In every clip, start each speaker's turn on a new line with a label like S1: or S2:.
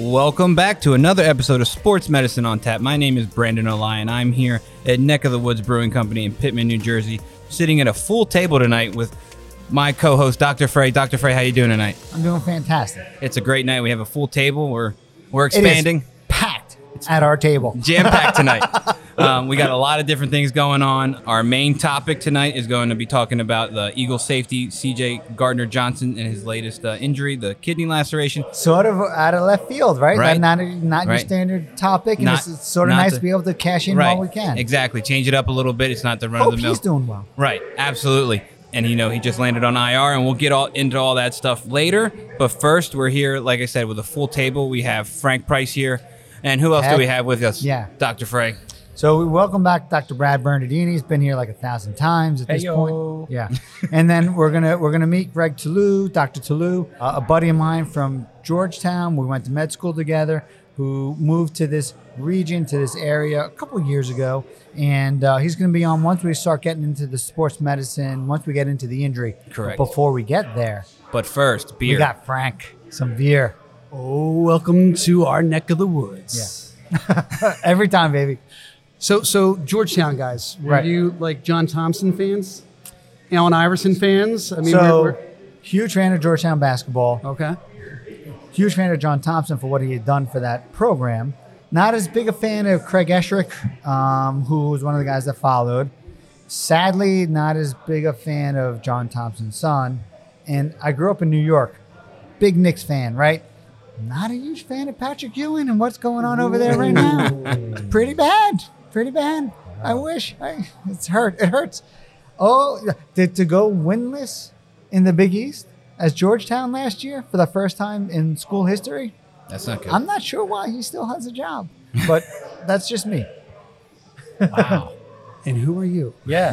S1: Welcome back to another episode of Sports Medicine on Tap. My name is Brandon O'Lyon. I'm here at Neck of the Woods Brewing Company in Pittman, New Jersey, sitting at a full table tonight with my co-host Dr. Frey. Dr. Frey, how you doing tonight?
S2: I'm doing fantastic.
S1: It's a great night. We have a full table. We're we're
S2: It is
S1: expanding,
S2: packed at our table.
S1: jam packed tonight. um, we got a lot of different things going on. Our main topic tonight is going to be talking about the Eagle safety C.J. Gardner Johnson and his latest uh, injury, the kidney laceration.
S2: Sort of out of left field, right?
S1: Right.
S2: Not not your
S1: Right.
S2: standard topic, and
S1: Not-
S2: this is sort of
S1: not
S2: nice
S1: the-
S2: to be able to cash in
S1: right.
S2: while we can.
S1: Exactly. Change it up a little bit. It's not the run
S2: Hope
S1: of the mill.
S2: he's doing well.
S1: Right, absolutely. And you know, he just landed on IR and we'll get all into all that stuff later. But first we're here, like I said, with a full table. We have Frank Price here. And who else do
S2: Heck-
S1: we have with us?
S2: yeah.
S1: Dr. Frey.
S2: So we welcome back Dr. Brad Bernardini. He's been here like a thousand times at this
S3: Heyo.
S2: point. Yeah, and then we're gonna we're gonna meet Greg Touloux, Dr. Touloux, uh, a buddy of mine from Georgetown. We went to med school together. Who moved to this region to this area a couple years ago, and uh, he's gonna be on once we start getting into the sports medicine. Once we get into the injury,
S1: Correct.
S2: But before we get there,
S1: But first,
S2: we
S1: beer.
S2: got Frank some beer
S3: Oh, welcome to our neck of the woods.
S2: every time, baby.
S3: So, so Georgetown guys, were
S2: Right.
S3: you like John Thompson fans, Allen Iverson fans? I mean,
S2: so
S3: we're,
S2: huge fan of Georgetown basketball.
S3: we're, okay.
S2: huge fan of John Thompson for what he had done for that program. Not as big a fan of Craig Esherick, um, who was one of the guys that followed. Sadly, not as big a fan of John Thompson's son. And I grew up in New York. Big Knicks fan, right? Not a huge fan of Patrick Ewing and what's going on over there right now. Pretty bad. Pretty bad. I wish. I, it's hurt. It hurts. Oh, to, to go winless in the Big East as Georgetown last year for the first time in school history.
S1: That's not good.
S2: I'm not sure why he still has a job, but that's just me.
S1: wow.
S3: And who are you?
S4: Yeah.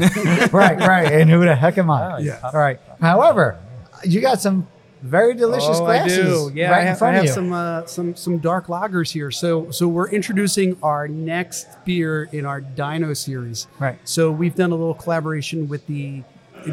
S2: Right, right. And who the heck am I?
S4: Oh, yeah.
S2: All right. However, you got some very delicious
S4: Oh, I do.
S2: glasses
S3: Yeah,
S2: right
S3: I
S2: in
S3: have, I
S2: front
S3: have
S2: of you.
S3: some uh, some some dark lagers here. So, so we're introducing our next beer in our Dino series.
S2: Right.
S3: So we've done a little collaboration with the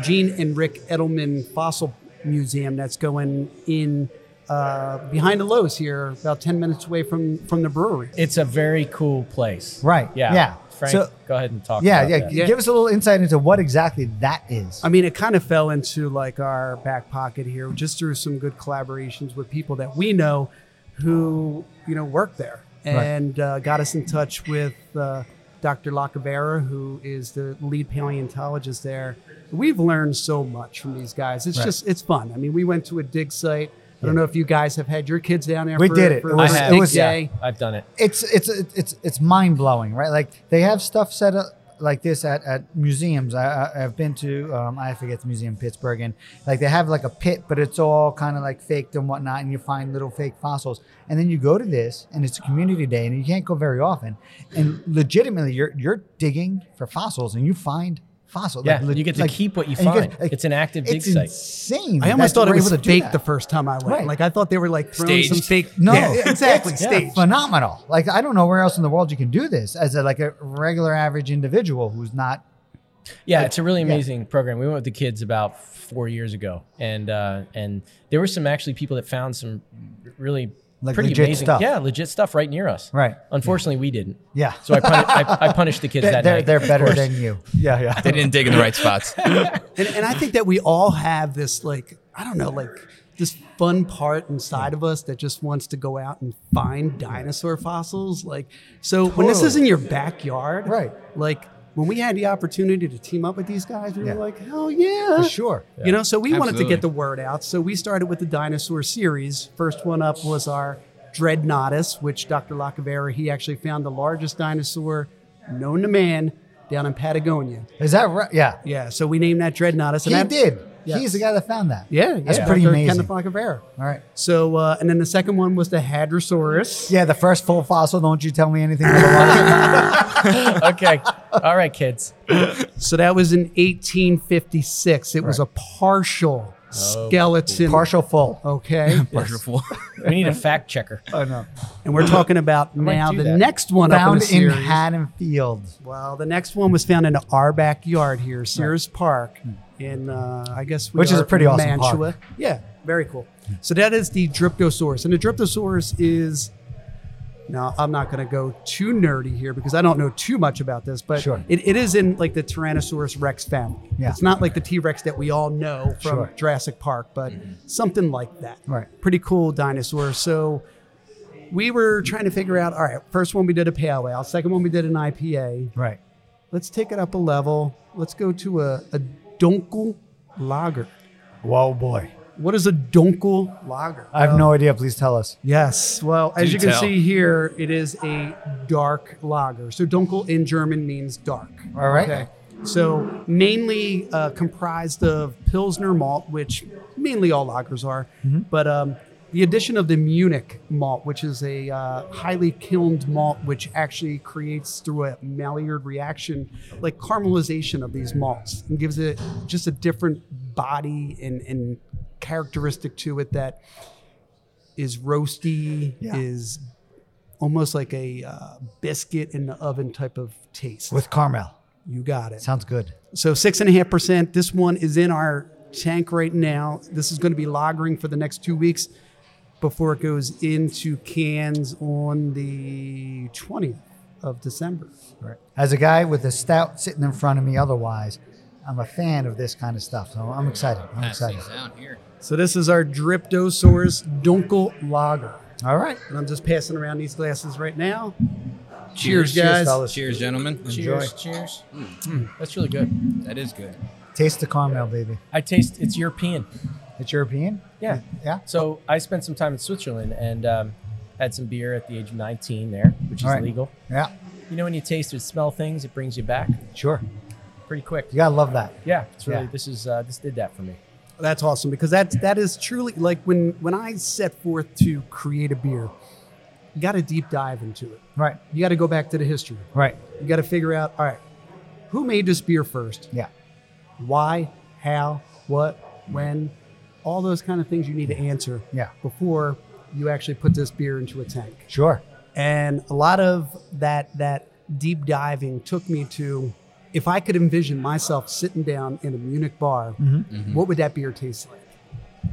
S3: Gene and Rick Edelman Fossil Museum that's going in uh, behind the Lowe's here, about ten minutes away from from the brewery.
S4: it's a very cool place.
S2: Right,
S4: Yeah.
S2: yeah.
S4: Frank,
S2: So-
S4: go ahead and talk.
S2: Yeah,
S4: about
S2: yeah,
S4: that.
S3: Yeah.
S2: Give us a little insight into what exactly that is.
S3: I mean, it kind of fell into like our back pocket here, just through some good collaborations with people that we know who you know work there, and uh, got us in touch with uh, Dr. Lacavera, who is the lead paleontologist there. We've learned so much from these guys. It's just it's fun. I mean, we went to a dig site. I don't know if you guys have had your kids down there.
S2: We
S3: for-
S2: did it.
S3: For
S2: It
S3: a
S2: was-
S3: big
S4: it was-
S3: day.
S4: I've done it.
S2: it's it's it's it's mind blowing, right? Like they have stuff set up like this at, at museums. I, I I've been to um, I forget the museum in Pittsburgh, and like they have like a pit, but it's all kind of like faked and whatnot, and you find little fake fossils. And then you go to this, and it's a community day, and you can't go very often. And legitimately, you're you're digging for fossils, and you find fossils.
S4: Yeah,
S2: le-
S4: you get to keep what you
S2: and
S4: find. It's an active dig
S2: it's
S4: site.
S2: Insane.
S3: I almost
S2: that
S3: thought
S2: they
S3: it
S2: were
S3: was
S2: able to do
S3: fake
S2: that.
S3: the first time I went.
S2: Right.
S3: Like I thought they were like throwing some
S1: Staged.
S3: fake.
S2: No,
S3: Yeah, exactly.
S2: it's
S3: Staged.
S2: Phenomenal. Like I don't know where else in the world you can do this as a, like a regular average individual who's not.
S4: Yeah, it's a really amazing program. We went with the kids about four years ago, and uh, and there were some actually people that found some really
S2: Like
S4: pretty
S2: legit
S4: amazing,
S2: stuff.
S4: yeah, legit stuff right near us.
S2: Right.
S4: Unfortunately, we didn't.
S2: Yeah.
S4: So I, puni- I, I punished the kids
S2: They're
S4: that
S2: they're,
S4: night.
S2: they're better than you. Yeah, yeah.
S1: They didn't dig in the right spots.
S3: and, and I think that we all have this like I don't know like this fun part inside of us that just wants to go out and find dinosaur fossils. Like so when this is in your backyard,
S2: Right.
S3: Like when we had the opportunity to team up with these guys, we
S2: Yeah.
S3: were like, hell yeah,
S2: For sure.
S3: You know, so we wanted to
S1: Absolutely.
S3: get the word out. So we started with the dinosaur series. First one up was our Dreadnoughtus, which Dr. Lacavera, he actually found the largest dinosaur known to man down in Patagonia.
S2: Is that right? Yeah.
S3: Yeah, so we named that Dreadnoughtus.
S2: He
S3: that,
S2: did.
S3: Yeah.
S2: He's the guy that found that.
S3: yeah,
S2: That's
S3: yeah.
S2: pretty
S3: Dr.
S2: amazing.
S3: Kenneth Lacavera.
S2: All right.
S3: So, uh, and then the second one was the Hadrosaurus.
S2: Yeah, the first full fossil. Don't you tell me anything. otherwise.
S4: okay. All right, kids.
S3: So that was in 1856. It was a
S4: Oh,
S3: partial skeleton.
S2: Partial full.
S3: Okay.
S1: Wonderful.
S4: We need a fact checker.
S2: Oh no.
S3: and we're talking about
S4: might
S3: now
S4: do
S3: the
S4: that.
S3: next one up in
S2: Found
S3: the
S2: in
S3: series.
S2: Haddonfield.
S3: well, the next one was found in our backyard here, Sears Park, in uh, I guess
S2: Hmm.
S3: we
S2: Which is
S3: are
S2: a pretty
S3: from
S2: awesome park. Hmm.
S3: Mantua. Yeah. Very cool. So that is the Dryptosaurus. And the Dryptosaurus is now I'm not going to go too nerdy here because I don't know too much about this, but
S2: Sure.
S3: it, it is in like the Tyrannosaurus Rex family.
S2: Yeah.
S3: It's not like the T-Rex that we all know from
S2: Sure. Hmm.
S3: Jurassic Park, but something like that.
S2: Right.
S3: Pretty cool dinosaur. So we were trying to figure out, all right, first one we did a pale ale, second one we did an IPA.
S2: Right.
S3: Let's take it up a level. Let's go to a, a Dunkel lager.
S2: Whoa, boy.
S3: What is a Dunkel lager?
S2: I have no idea. Please tell us.
S3: Yes. Well, as
S1: Do
S3: you can
S1: tell.
S3: see here, it is a dark lager. So dunkel in German means dark.
S2: All right.
S3: So mainly uh, comprised of Pilsner malt, which mainly all lagers are, but um, the addition of the Munich malt, which is a uh, highly kilned malt, which actually creates through a Maillard reaction, like caramelization of these malts and gives it just a different body and, and characteristic to it that is roasty,
S2: Yeah.
S3: is almost like a uh, biscuit in the oven type of taste.
S2: With Carmel.
S3: you got it.
S2: Sounds good.
S3: So six and a half percent. This one is in our tank right now. This is going to be lagering for the next two weeks before it goes into cans on the 20th of December.
S2: Right. As a guy with a stout sitting in front of me, otherwise, I'm a fan of this kind of stuff. So I'm excited. I'm excited.
S1: down here.
S3: So this is our Dryptosaurus Dunkel Lager.
S2: All right.
S3: And I'm just passing around these glasses right now. Cheers, guys.
S2: fellas.
S1: Cheers, gentlemen. Mm,
S4: Cheers. Cheers. That's really good.
S1: That is good.
S2: Taste the Carmel, baby.
S4: I taste it's European.
S2: It's European.
S4: Yeah.
S2: Yeah.
S4: So I spent some time in Switzerland and um, had some beer at the age of 19 there, which is
S2: All right.
S4: legal.
S2: Yeah.
S4: You know, when you taste or smell things, it brings you back
S2: Sure.
S4: pretty quick.
S2: You gotta love that.
S4: Yeah, it's really
S2: Yeah.
S4: this is uh, this did that for me.
S3: That's awesome because that that is truly like when when I set forth to create a beer, you got to deep dive into it.
S2: Right.
S3: You got to go back to the history.
S2: Right.
S3: You got to figure out, all right, who made this beer first?
S2: Yeah.
S3: Why, how, what, when, all those kind of things you need to answer
S2: Yeah.
S3: before you actually put this beer into a tank.
S2: Sure.
S3: And a lot of that that deep diving took me to if I could envision myself sitting down in a Munich bar,
S2: Mm-hmm.
S3: what would that beer taste like?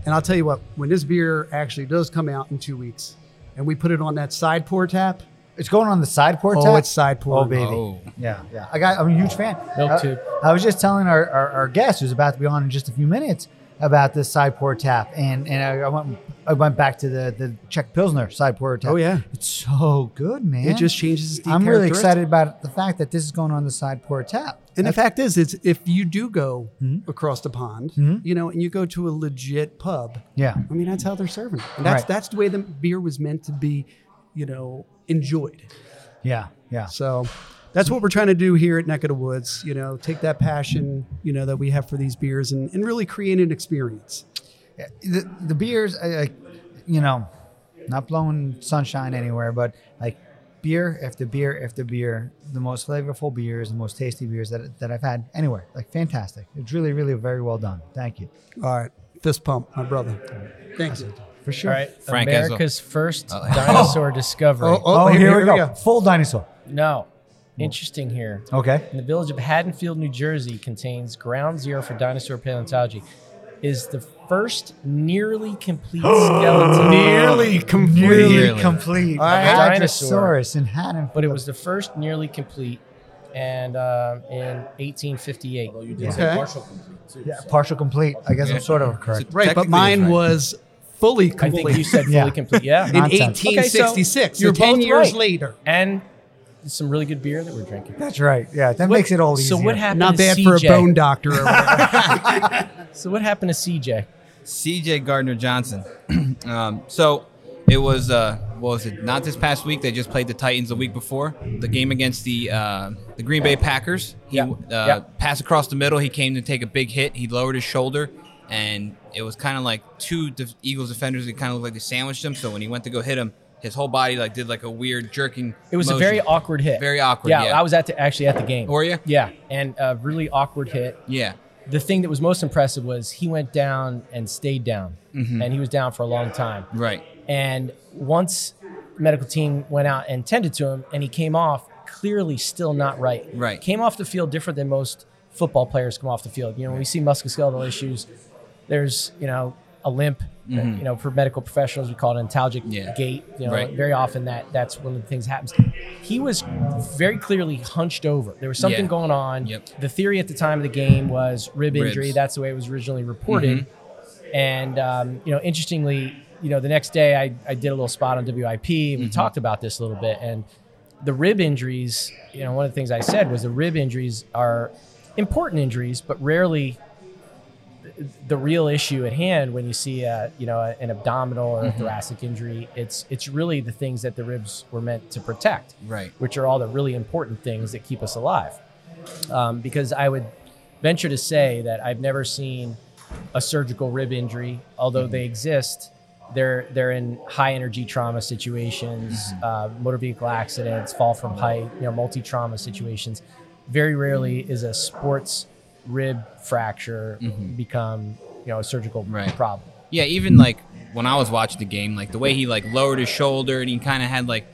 S3: And I'll tell you what, when this beer actually does come out in two weeks and we put it on that side pour tap,
S2: It's going on the side port.
S3: Oh, it's side pour.
S2: Oh, baby.
S1: Oh.
S2: Yeah, yeah. I got. I'm a huge fan.
S4: Milk
S2: I,
S4: tube.
S2: I was just telling our, our, our guest who's about to be on in just a few minutes about this side pour tap, and and I, I went I went back to the the Czech Pilsner side pour tap.
S3: Oh, yeah.
S2: it's so good, man.
S3: it just changes the
S2: I'm really
S3: characteristics.
S2: excited about the fact that this is going on the side pour tap.
S3: And the fact is, it's if you do go
S2: Mm-hmm.
S3: across the pond, you know, and you go to a legit pub,
S2: Yeah,
S3: I mean, that's how they're serving it. And that's
S2: Right.
S3: that's the way the beer was meant to be, you know, enjoyed.
S2: yeah, yeah.
S3: So that's what we're trying to do here at Neck of the Woods. You know, take that passion, you know, that we have for these beers and, and really create an experience.
S2: the, the beers, I, I, you know, not blowing sunshine anywhere, but like beer after beer after beer, the most flavorful beers, the most tasty beers that, that I've had anywhere. Like fantastic. It's really, really very well done. Thank you.
S3: All right, fist pump, my brother. Thank you.
S2: For sure.
S4: All right,
S1: Frank Essel.
S4: America's first dinosaur discovery.
S3: Oh,
S2: Oh, here, we go.
S3: go.
S2: Full dinosaur.
S4: No, interesting here.
S2: Okay.
S4: In the village of Haddonfield, New Jersey, contains ground zero for dinosaur paleontology. Is the first nearly complete skeleton.
S3: Nearly complete.
S2: Really
S1: Really.
S2: complete.
S3: All right.
S4: Dinosaur.
S2: Hadrosaurus in Haddonfield.
S4: but it was the first nearly complete, and um, in 1858.
S5: You did
S3: Okay.
S5: say partial complete too.
S2: Yeah,
S5: so-
S2: partial complete. I guess I'm sort of correct.
S3: Right, but
S1: Technically,
S3: mine
S1: it's right.
S3: was fully
S4: I
S3: complete.
S4: think you said fully
S2: Yeah.
S4: complete. Yeah.
S3: in
S2: Nonsense.
S3: 1866.
S4: Okay, so you're
S3: so 10
S4: both
S3: years
S4: right.
S3: later.
S4: and some really good beer that we're drinking.
S2: That's right. Yeah, that makes it all easier.
S4: So what happened?
S3: Not
S4: to
S3: bad
S4: CJ?
S3: for a bone doctor. Over there.
S4: So what happened to CJ?
S1: CJ Gardner Johnson. um, so it was uh, what was it? Not this past week. They just played the Titans the week before. The game against the uh, the Green Bay Packers. He
S4: Yeah.
S1: uh,
S4: Yeah.
S1: passed across the middle. He came to take a big hit. He lowered his shoulder, and it was kind of like two def- Eagles defenders. It kind of looked like they sandwiched him. So when he went to go hit him, his whole body like did like a weird jerking.
S4: It was
S1: motion.
S4: a very awkward hit.
S1: Very awkward,
S4: Yeah,
S1: yeah.
S4: I was at the, actually at the game.
S1: Were you?
S4: Yeah, and a really awkward hit.
S1: yeah.
S4: The thing that was most impressive was he went down and stayed down, and he was down for a long time.
S1: Right.
S4: And once medical team went out and tended to him, and he came off clearly still not right.
S1: Right.
S4: Came off the field different than most football players come off the field. You know, when we see musculoskeletal issues, there's you know a limp. You know, for medical professionals, we call it an antalgic
S1: Mm-hmm. Yeah.
S4: gait. You know,
S1: Right.
S4: very often that that's one of the things that happens. He was very clearly hunched over. There was something
S1: Yeah.
S4: going on.
S1: Yep.
S4: The theory at the time of the game was rib
S1: Ribs.
S4: injury. That's the way it was originally reported. And um, you know, interestingly, you know, the next day I, I did a little spot on WIP and we talked about this a little bit. And the rib injuries, you know, one of the things I said was the rib injuries are important injuries, but rarely th- the real issue at hand when you see a, you know an abdominal or a thoracic injury it's it's really the things that the ribs were meant to protect
S1: Right.
S4: which are all the really important things that keep us alive um, because I would venture to say that I've never seen a surgical rib injury, although they exist. They're they're in high energy trauma situations,
S1: Mm-hmm.
S4: uh, motor vehicle accidents, fall from height, you know, multi trauma situations. Very rarely is a sports rib fracture become you know a surgical
S1: Mm-hmm. Right.
S4: problem.
S1: Yeah, even like when I was watching the game, like the way he like lowered his shoulder and he kind of had like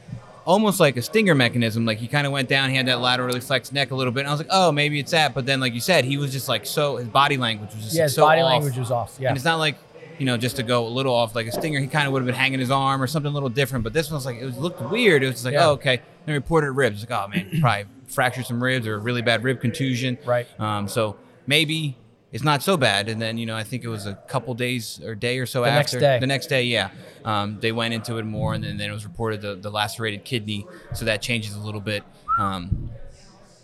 S1: almost like a stinger mechanism. Like he kind of went down, he had that laterally flexed neck a little bit, and I was like, oh, maybe it's that. But then, like you said, he was just like so his body language was just
S4: Yeah,
S1: like,
S4: his
S1: so
S4: body
S1: off.
S4: language was off. Yeah,
S1: And it's not like you know just to go a little off like a stinger, he kind of would have been hanging his arm or something a little different. But this one was like it was looked weird. It was just like
S4: Yeah.
S1: oh okay. Then reported ribs. Like oh man, probably fractured some ribs or a really bad rib contusion.
S4: Right.
S1: Um. So maybe. It's not so bad, and then you know I think it was a couple days or day or so
S4: The next
S1: after
S4: day.
S1: the next day. Yeah, um, they went into it more, and then, then it was reported the, the lacerated kidney, so that changes a little bit. Um,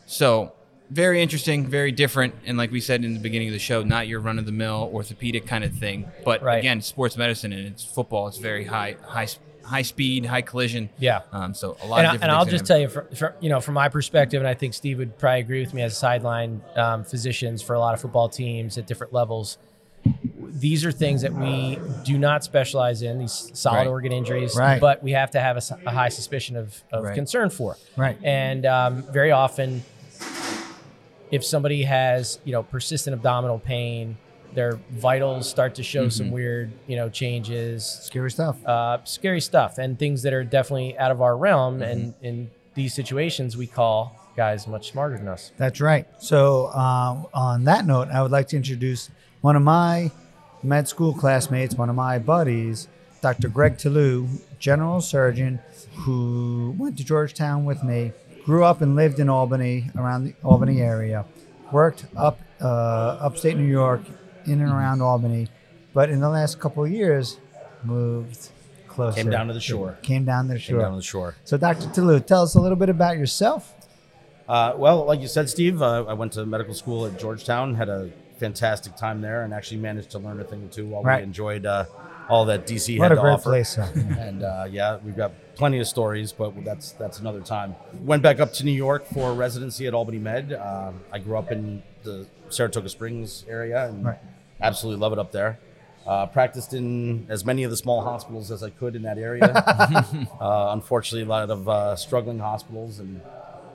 S1: so very interesting, very different, and like we said in the beginning of the show, not your run of the mill orthopedic kind of thing. But
S4: Right.
S1: again, sports medicine and it's football. It's very high, high, high speed, high collision.
S4: Yeah.
S1: Um, so a lot of
S4: and, I,
S1: different.
S4: and I'll
S1: things
S4: just
S1: that
S4: tell you, from, from you know, from my perspective, and I think Steve would probably agree with me as sideline um, physicians for a lot of football teams at different levels. These are things that we do not specialize in these solid
S1: Right.
S4: organ injuries,
S2: Right.
S4: but we have to have a, s- a high suspicion of, of
S1: Right.
S4: concern for.
S2: Right.
S4: And um, very often, if somebody has you know persistent abdominal pain, their vitals start to show some
S1: Mm-hmm.
S4: weird you know changes
S2: Scary stuff.
S4: uh, scary stuff and things that are definitely out of our realm. And in these situations, we call guys much smarter than us.
S2: That's right. So, um, on that note, I would like to introduce one of my med school classmates, one of my buddies, Dr. Greg Touloux, general surgeon who went to Georgetown with me, grew up and lived in Albany, around the Albany area, worked up uh, upstate New York, in and around Albany, but in the last couple of years, moved closer.
S5: Came down to the shore.
S2: Came down to the
S5: Came
S2: shore.
S5: down to the shore.
S2: So, Dr. Touloux, tell us a little bit about yourself.
S5: Uh, well, like you said, Steve, uh, I went to medical school at Georgetown, had a fantastic time there, and actually managed to learn a thing or two while
S2: Right.
S5: we enjoyed uh, all that DC
S2: What
S5: had
S2: a
S5: to
S2: great
S5: offer.
S2: place. huh?
S5: And uh, yeah, we've got plenty of stories, but that's that's another time. Went back up to New York for residency at Albany Med. Uh, I grew up in the Saratoga Springs area and
S2: Right.
S5: absolutely love it up there. Uh, practiced in as many of the small hospitals as I could in that area. uh, unfortunately, a lot of uh, struggling hospitals, and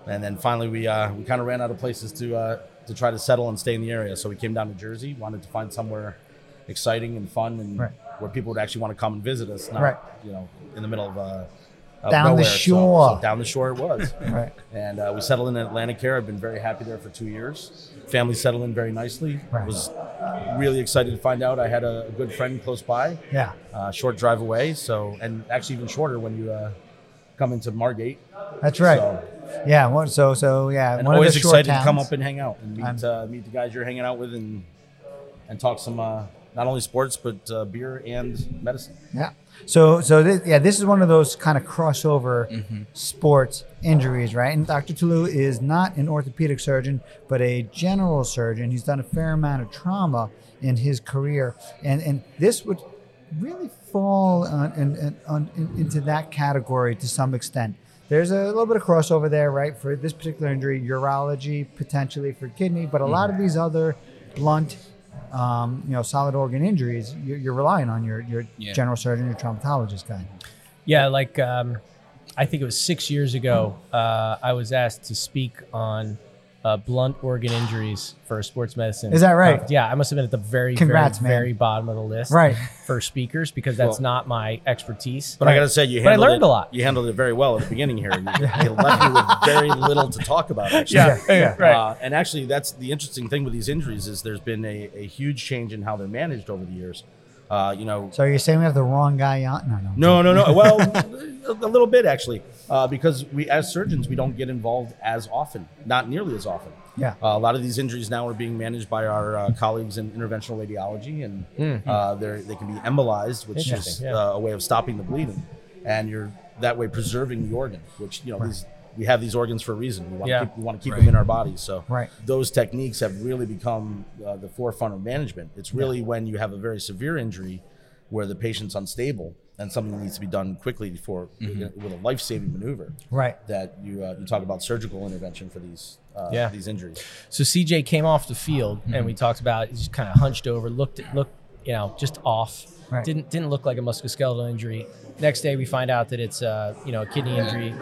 S5: and then finally we uh, we kind of ran out of places to uh, to try to settle and stay in the area. So we came down to Jersey, wanted to find somewhere exciting and fun, and
S2: Right.
S5: where people would actually want to come and visit us, not
S2: Right.
S5: Uh, you know in the middle of. Uh, of
S2: Down the
S5: nowhere. So-
S2: shore.
S5: so down the shore it was.
S2: Right.
S5: And uh, we settled in Atlantic Care. I've been very happy there for two years. Family settled in very nicely.
S2: Right.
S5: Was really excited to find out I had a, a good friend close by,
S2: Yeah.
S5: uh, short drive away. So, and actually even shorter when you uh, come into Margate.
S2: That's right.
S5: So,
S2: yeah. One, so so yeah.
S5: and
S2: one
S5: always
S2: of the short
S5: excited to come
S2: towns.
S5: up and hang out and meet uh, meet the guys you're hanging out with and and talk some uh, not only sports but uh, beer and medicine.
S2: yeah. So so thi- yeah, this is one of those kind of crossover
S5: Mm-hmm.
S2: sports injuries, right? And Dr. Touloux is not an orthopedic surgeon, but a general surgeon. He's done a fair amount of trauma in his career, and and this would really fall on, in, in, on, in, into that category to some extent. There's a little bit of crossover there, right? For this particular injury, urology potentially for kidney, but a lot of
S5: Mm-hmm.
S2: these other blunt um, you know, solid organ injuries, you're, you're relying on your your
S1: Yeah.
S2: general surgeon, your traumatologist guy.
S4: Yeah, like um, I think it was six years ago, uh, I was asked to speak on uh, blunt organ injuries for sports medicine.
S2: Is that right?
S4: conference. yeah, I must have been at the very,
S2: Congrats,
S4: very,
S2: man.
S4: very bottom of the list
S2: Right.
S4: for speakers because that's
S5: Well-
S4: not my expertise.
S5: But I got to say, you
S4: But I
S5: handled
S4: learned
S5: it,
S4: a lot.
S5: You handled it very well at the beginning here. You, you left me with very little to talk about. Actually.
S2: yeah.
S5: Uh, and actually, that's the interesting thing with these injuries is there's been a, a huge change in how they're managed over the years. Uh, you know,
S2: So are you saying we have the wrong guy on? No, no.
S5: no, no, no. Well, a a little bit actually, uh, because we as surgeons we don't get involved as often, not nearly as often.
S2: Yeah.
S5: Uh, a lot of these injuries now are being managed by our uh, colleagues in interventional radiology, and uh, they they can be embolized, which is
S4: Mm-hmm. Interesting, yeah.
S5: uh, a way of stopping the bleeding, and you're that way preserving the organ, which you know these, we have these organs for a reason. We want to
S4: Yeah.
S5: keep, we want to keep them in our bodies. So
S2: Right.
S5: those techniques have really become uh, the forefront of management. It's really when you have a very severe injury where the patient's unstable and something needs to be done quickly for
S4: Mm-hmm.
S5: with a life-saving maneuver.
S2: Right.
S5: That you uh, you talk about surgical intervention for these uh,
S4: Yeah.
S5: these injuries.
S4: So CJ came off the field, and
S2: Mm-hmm.
S4: we talked about he's kind of hunched over, looked looked you know just off.
S2: Right.
S4: Didn't didn't look like a musculoskeletal injury. Next day we find out that it's a you know a kidney injury,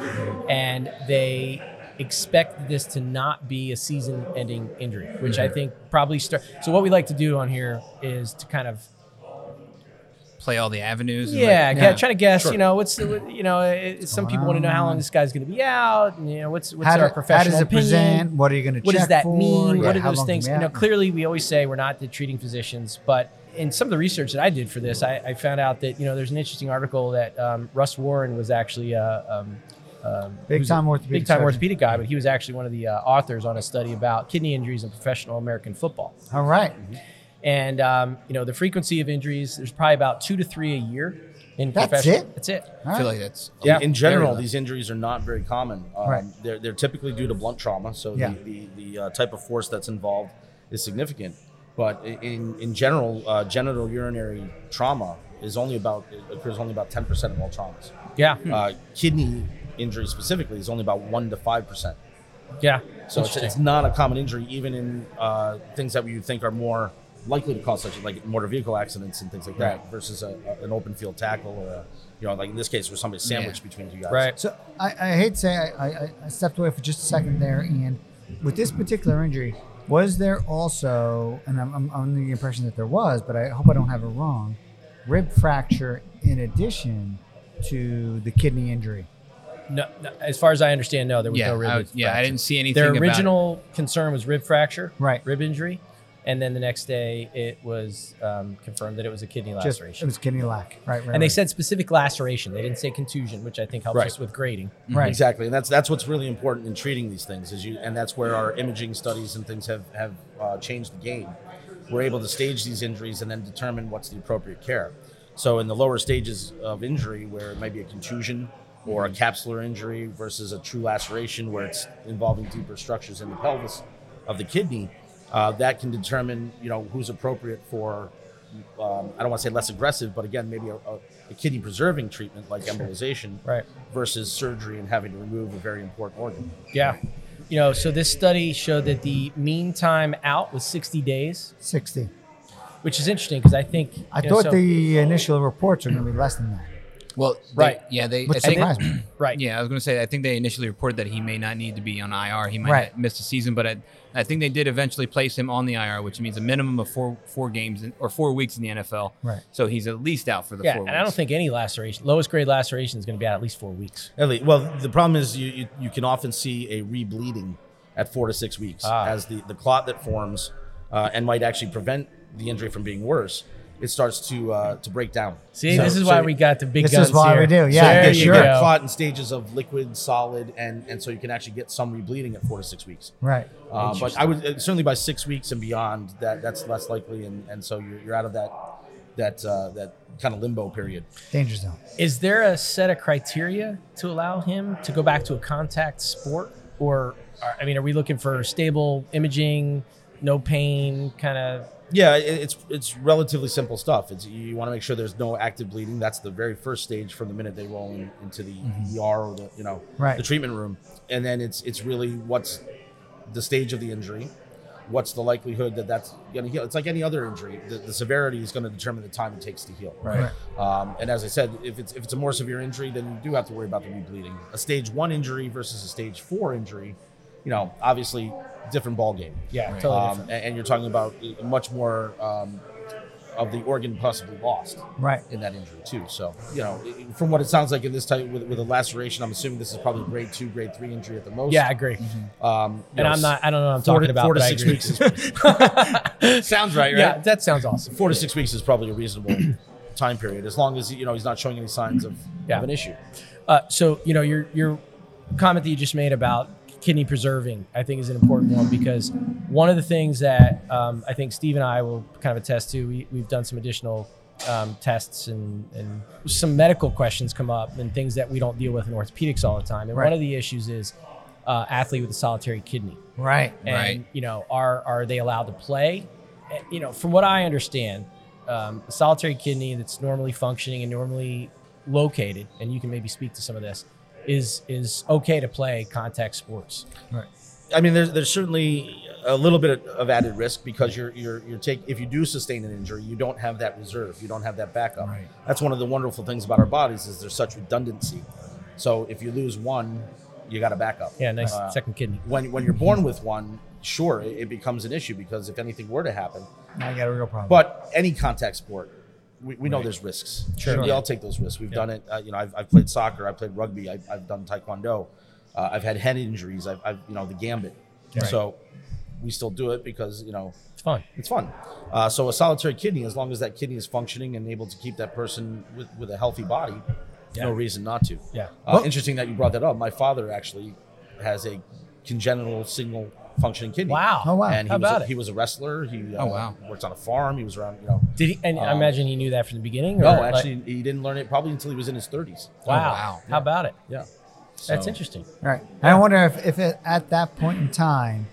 S4: and they expect this to not be a season-ending injury, which
S2: Mm-hmm.
S4: I think probably start. So what we like to do on here is to kind of
S1: Play all the avenues. and, like,
S4: yeah, gu- trying to guess. You know what's the, you know it, some people want to know how long this guy's going to be out, and you know what's what's
S2: How,
S4: our
S2: do,
S4: professional
S2: how does it
S4: opinion
S2: present? What are you going to check
S4: what does that
S2: for?
S4: mean?
S2: Yeah,
S4: what are
S2: how
S4: those
S2: long
S4: things?
S2: can
S4: You
S2: we
S4: know,
S2: out?
S4: clearly we always say we're not the treating physicians, but in some of the research that I did for this, I, I found out that you know there's an interesting article that um, Russ Warren was actually uh, um, um,
S2: Big
S4: who's
S2: time
S4: a
S2: orthopedic
S4: big time
S2: surgeon.
S4: orthopedic guy, but he was actually one of the uh, authors on a study about kidney injuries in professional American football.
S2: All right.
S4: And um, you know the frequency of injuries, there's probably about two to three a year in
S2: That's
S4: professional.
S2: it?
S4: That's it.
S1: I feel like that's
S5: Yeah. In general,
S1: Very
S5: these injuries are not very common. Um,
S2: Right.
S5: they're, they're typically due to blunt trauma, so
S2: Yeah.
S5: the, the, the uh, type of force that's involved is significant. But i- in, in general, uh, genital urinary trauma is only about it occurs only about ten percent of all traumas.
S4: Yeah, Hmm.
S5: Uh, kidney injury specifically is only about one to five percent.
S4: yeah.
S5: So it's, it's not a common injury, even in uh, things that we would think are more likely to cause such as like motor vehicle accidents and things like that, versus a, a- an open field tackle or a, you know like in this case where somebody's sandwiched between two guys.
S4: right.
S2: So I, I hate to say I, I, I stepped away for just a second there, and with this particular injury, was there also, and I'm, I'm under the impression that there was, but I hope I don't have it wrong, rib fracture in addition to the kidney injury.
S4: No, no, as far as I understand, no, there was
S1: yeah,
S4: no rib
S1: I would- yeah. I
S4: fracture.
S1: didn't see anything.
S4: Their
S1: about it.
S4: original concern was rib fracture,
S2: Right.
S4: Rib injury, and then the next day it was um, confirmed that it was a kidney
S2: Just
S4: laceration.
S2: it was kidney lack, right? right
S4: and they
S2: right.
S4: said specific laceration. They didn't say contusion, which I think helps
S5: Right.
S4: us with grading.
S1: Mm-hmm.
S2: right.
S5: Exactly, and that's that's what's really important in treating these things is you, and that's where our imaging studies and things have have uh, changed the game. We're able to stage these injuries and then determine what's the appropriate care. So in the lower stages of injury, where it might be a contusion or a capsular injury versus a true laceration, where it's involving deeper structures in the pelvis of the kidney, uh, that can determine you know who's appropriate for. Um, I don't want to say less aggressive, but again, maybe a, a, a kidney preserving treatment like embolization
S4: Right.
S5: versus surgery and having to remove a very important organ.
S4: Yeah. You know, so this study showed that the mean time out was 60 days,
S2: sixty.
S4: which is interesting because I think
S2: I
S4: you know,
S2: thought
S4: so-
S2: the initial reports were going to be less than that,
S1: Well, they-
S4: Right.
S1: yeah, they. I
S2: which
S1: think-
S2: surprised me.
S4: right.
S1: Yeah, I was going to say. I think they initially reported that he may not need to be on IR. He might
S2: Right.
S1: have missed a season, but I, I think they did eventually place him on the IR, which means a minimum of four four games in, or four weeks in the NFL.
S2: Right.
S1: So he's at least out for the
S4: Yeah,
S1: four
S4: and
S1: weeks.
S4: I don't think any laceration, lowest grade laceration, is going to be out at least four weats.
S5: Ellie, well, the problem is you, you, you can often see a rebleeding at four to six weeks
S4: Ah.
S5: as the, the clot that forms uh, and might actually prevent the injury from being worse. It starts to uh, to break down.
S4: See,
S5: So-
S4: this is
S5: so
S4: why we got the big
S2: This is
S4: guns
S2: why we
S4: here.
S2: do, yeah,
S4: there
S5: There
S4: you
S5: you get
S4: go.
S5: clot in stages of liquid, solid, and and so you can actually get some rebleeding at four to six weeks.
S2: Right.
S5: Uh, but I would uh, certainly by six weeks and beyond that that's less likely, and, and so you're, you're out of that that uh, that kind of limbo period.
S2: Danger zone.
S4: Is there a set of criteria to allow him to go back to a contact sport, or are- I mean, are we looking for stable imaging, no pain, kind of?
S5: Yeah, it, it's it's relatively simple stuff. It's you want to make sure there's no active bleeding. That's the very first stage from the minute they roll in, into the ER or the you know
S2: Mm-hmm. Right.
S5: the treatment room, and then it's it's really what's the stage of the injury, what's the likelihood that that's going to heal. It's like any other injury. The, the severity is going to determine the time it takes to heal.
S2: Right.
S5: Um, and as I said, if it's if it's a more severe injury, then you do have to worry about the bleeding. A stage one injury versus a stage four injury, you know, obviously different ball game
S4: Yeah, totally
S5: um, and, and you're talking about much more um, of the organ possibly lost
S2: Right.
S5: in that injury too. So you know, i- from what it sounds like in this type with, with a laceration, I'm assuming this is probably grade two, grade three injury at the most.
S4: Yeah, I agree.
S5: Um, you
S4: And
S5: know,
S4: I'm not. I don't know what I'm
S5: four
S4: talking
S5: to-
S4: about.
S5: four to
S4: but I
S5: six
S4: agree.
S5: weeks Sounds right, right?
S4: Yeah, that sounds awesome.
S5: Four to six weeks is probably a reasonable time period, as long as you know he's not showing any signs of,
S4: Yeah.
S5: of an issue.
S4: Uh, so you know your your comment that you just made about kidney preserving, I think, is an important one because one of the things that um, I think Steve and I will kind of attest to. We, we've done some additional um, tests and and some medical questions come up and things that we don't deal with in orthopedics all the time. And
S2: Right.
S4: one of the issues is uh, athlete with a solitary kidney.
S2: Right.
S4: and
S1: Right.
S4: you know are are they allowed to play Eh, you know from what i understand um, a solitary kidney that's normally functioning and normally located and you can maybe speak to some of this is is okay to play contact sports
S5: I mean, there's there's certainly a little bit of added risk because you're you're you're take if you do sustain an injury, you don't have that reserve, you don't have that backup.
S4: Right.
S5: That's one of the wonderful things about our bodies is there's such redundancy. So if you lose one, you got a backup.
S4: yeah nice
S5: Uh,
S4: second kidney
S5: When when you're born with one, sure, it, it becomes an issue because if anything were to happen,
S2: Now you got a real problem.
S5: but any contact sport, we, we know there's risks.
S4: Sure.
S5: We all take those risks. We've done it. Uh, you know, I've, I've played soccer. I've played rugby. I've, I've done taekwondo. Uh, I've had head injuries. I've, I've you know, the gambit. So we still do it because, you know,
S4: it's fun
S5: it's fun. Uh, so a solitary kidney, as long as that kidney is functioning and able to keep that person with, with a healthy body, no
S4: Yeah.
S5: reason not to.
S4: Yeah.
S5: Uh, Interesting that you brought that up. My father actually has a congenital single functioning kidney.
S4: wow
S2: Oh, wow.
S5: And he
S4: How
S5: was,
S4: about
S5: a,
S4: it?
S5: he was a wrestler. He uh,
S1: Oh, wow.
S5: worked on a farm. He was around, you know,
S4: did he and i
S5: Um,
S4: imagine he knew that from the beginning
S5: no,
S4: or, like-
S5: actually, he didn't learn it probably until he was in his 30s.
S4: wow,
S1: wow.
S4: how about it
S5: Yeah.
S4: that's
S5: So-
S4: interesting
S2: All right. And I wonder if, if it, at that point in time,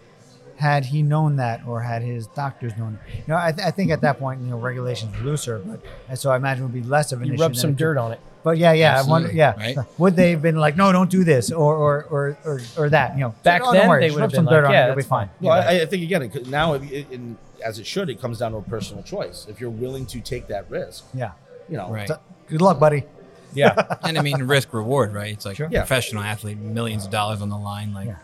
S2: had he known that or had his doctors known it? You know, I, th- I think at that point, you know, regulations are looser, but and so I imagine it would be less of an
S4: you
S2: issue.
S4: rub
S2: than
S4: some
S2: it-
S4: dirt on it
S2: But yeah, yeah. I wonder,
S1: Absolutely,
S2: yeah.
S1: right?
S2: Would they have been like, no, don't do this or or or or, or that? You know,
S4: Back
S2: "Oh, don't
S4: then,
S2: worry,
S4: they
S2: just
S4: would
S2: rub
S4: have
S2: some
S4: been
S2: dirt
S4: like,
S2: on it,
S4: yeah,
S2: it'll be
S4: that's
S2: fine.
S4: fine.
S5: Well, I, I think again, it could, now, it, it, in, as it should, it comes down to a personal choice. If you're willing to take that risk,
S2: Yeah.
S5: you know,
S1: Right.
S2: So, good luck, buddy.
S4: yeah
S1: and I mean risk reward, right? It's like
S2: Sure.
S5: Yeah.
S1: professional athlete, millions of dollars on the line, like
S2: Yeah.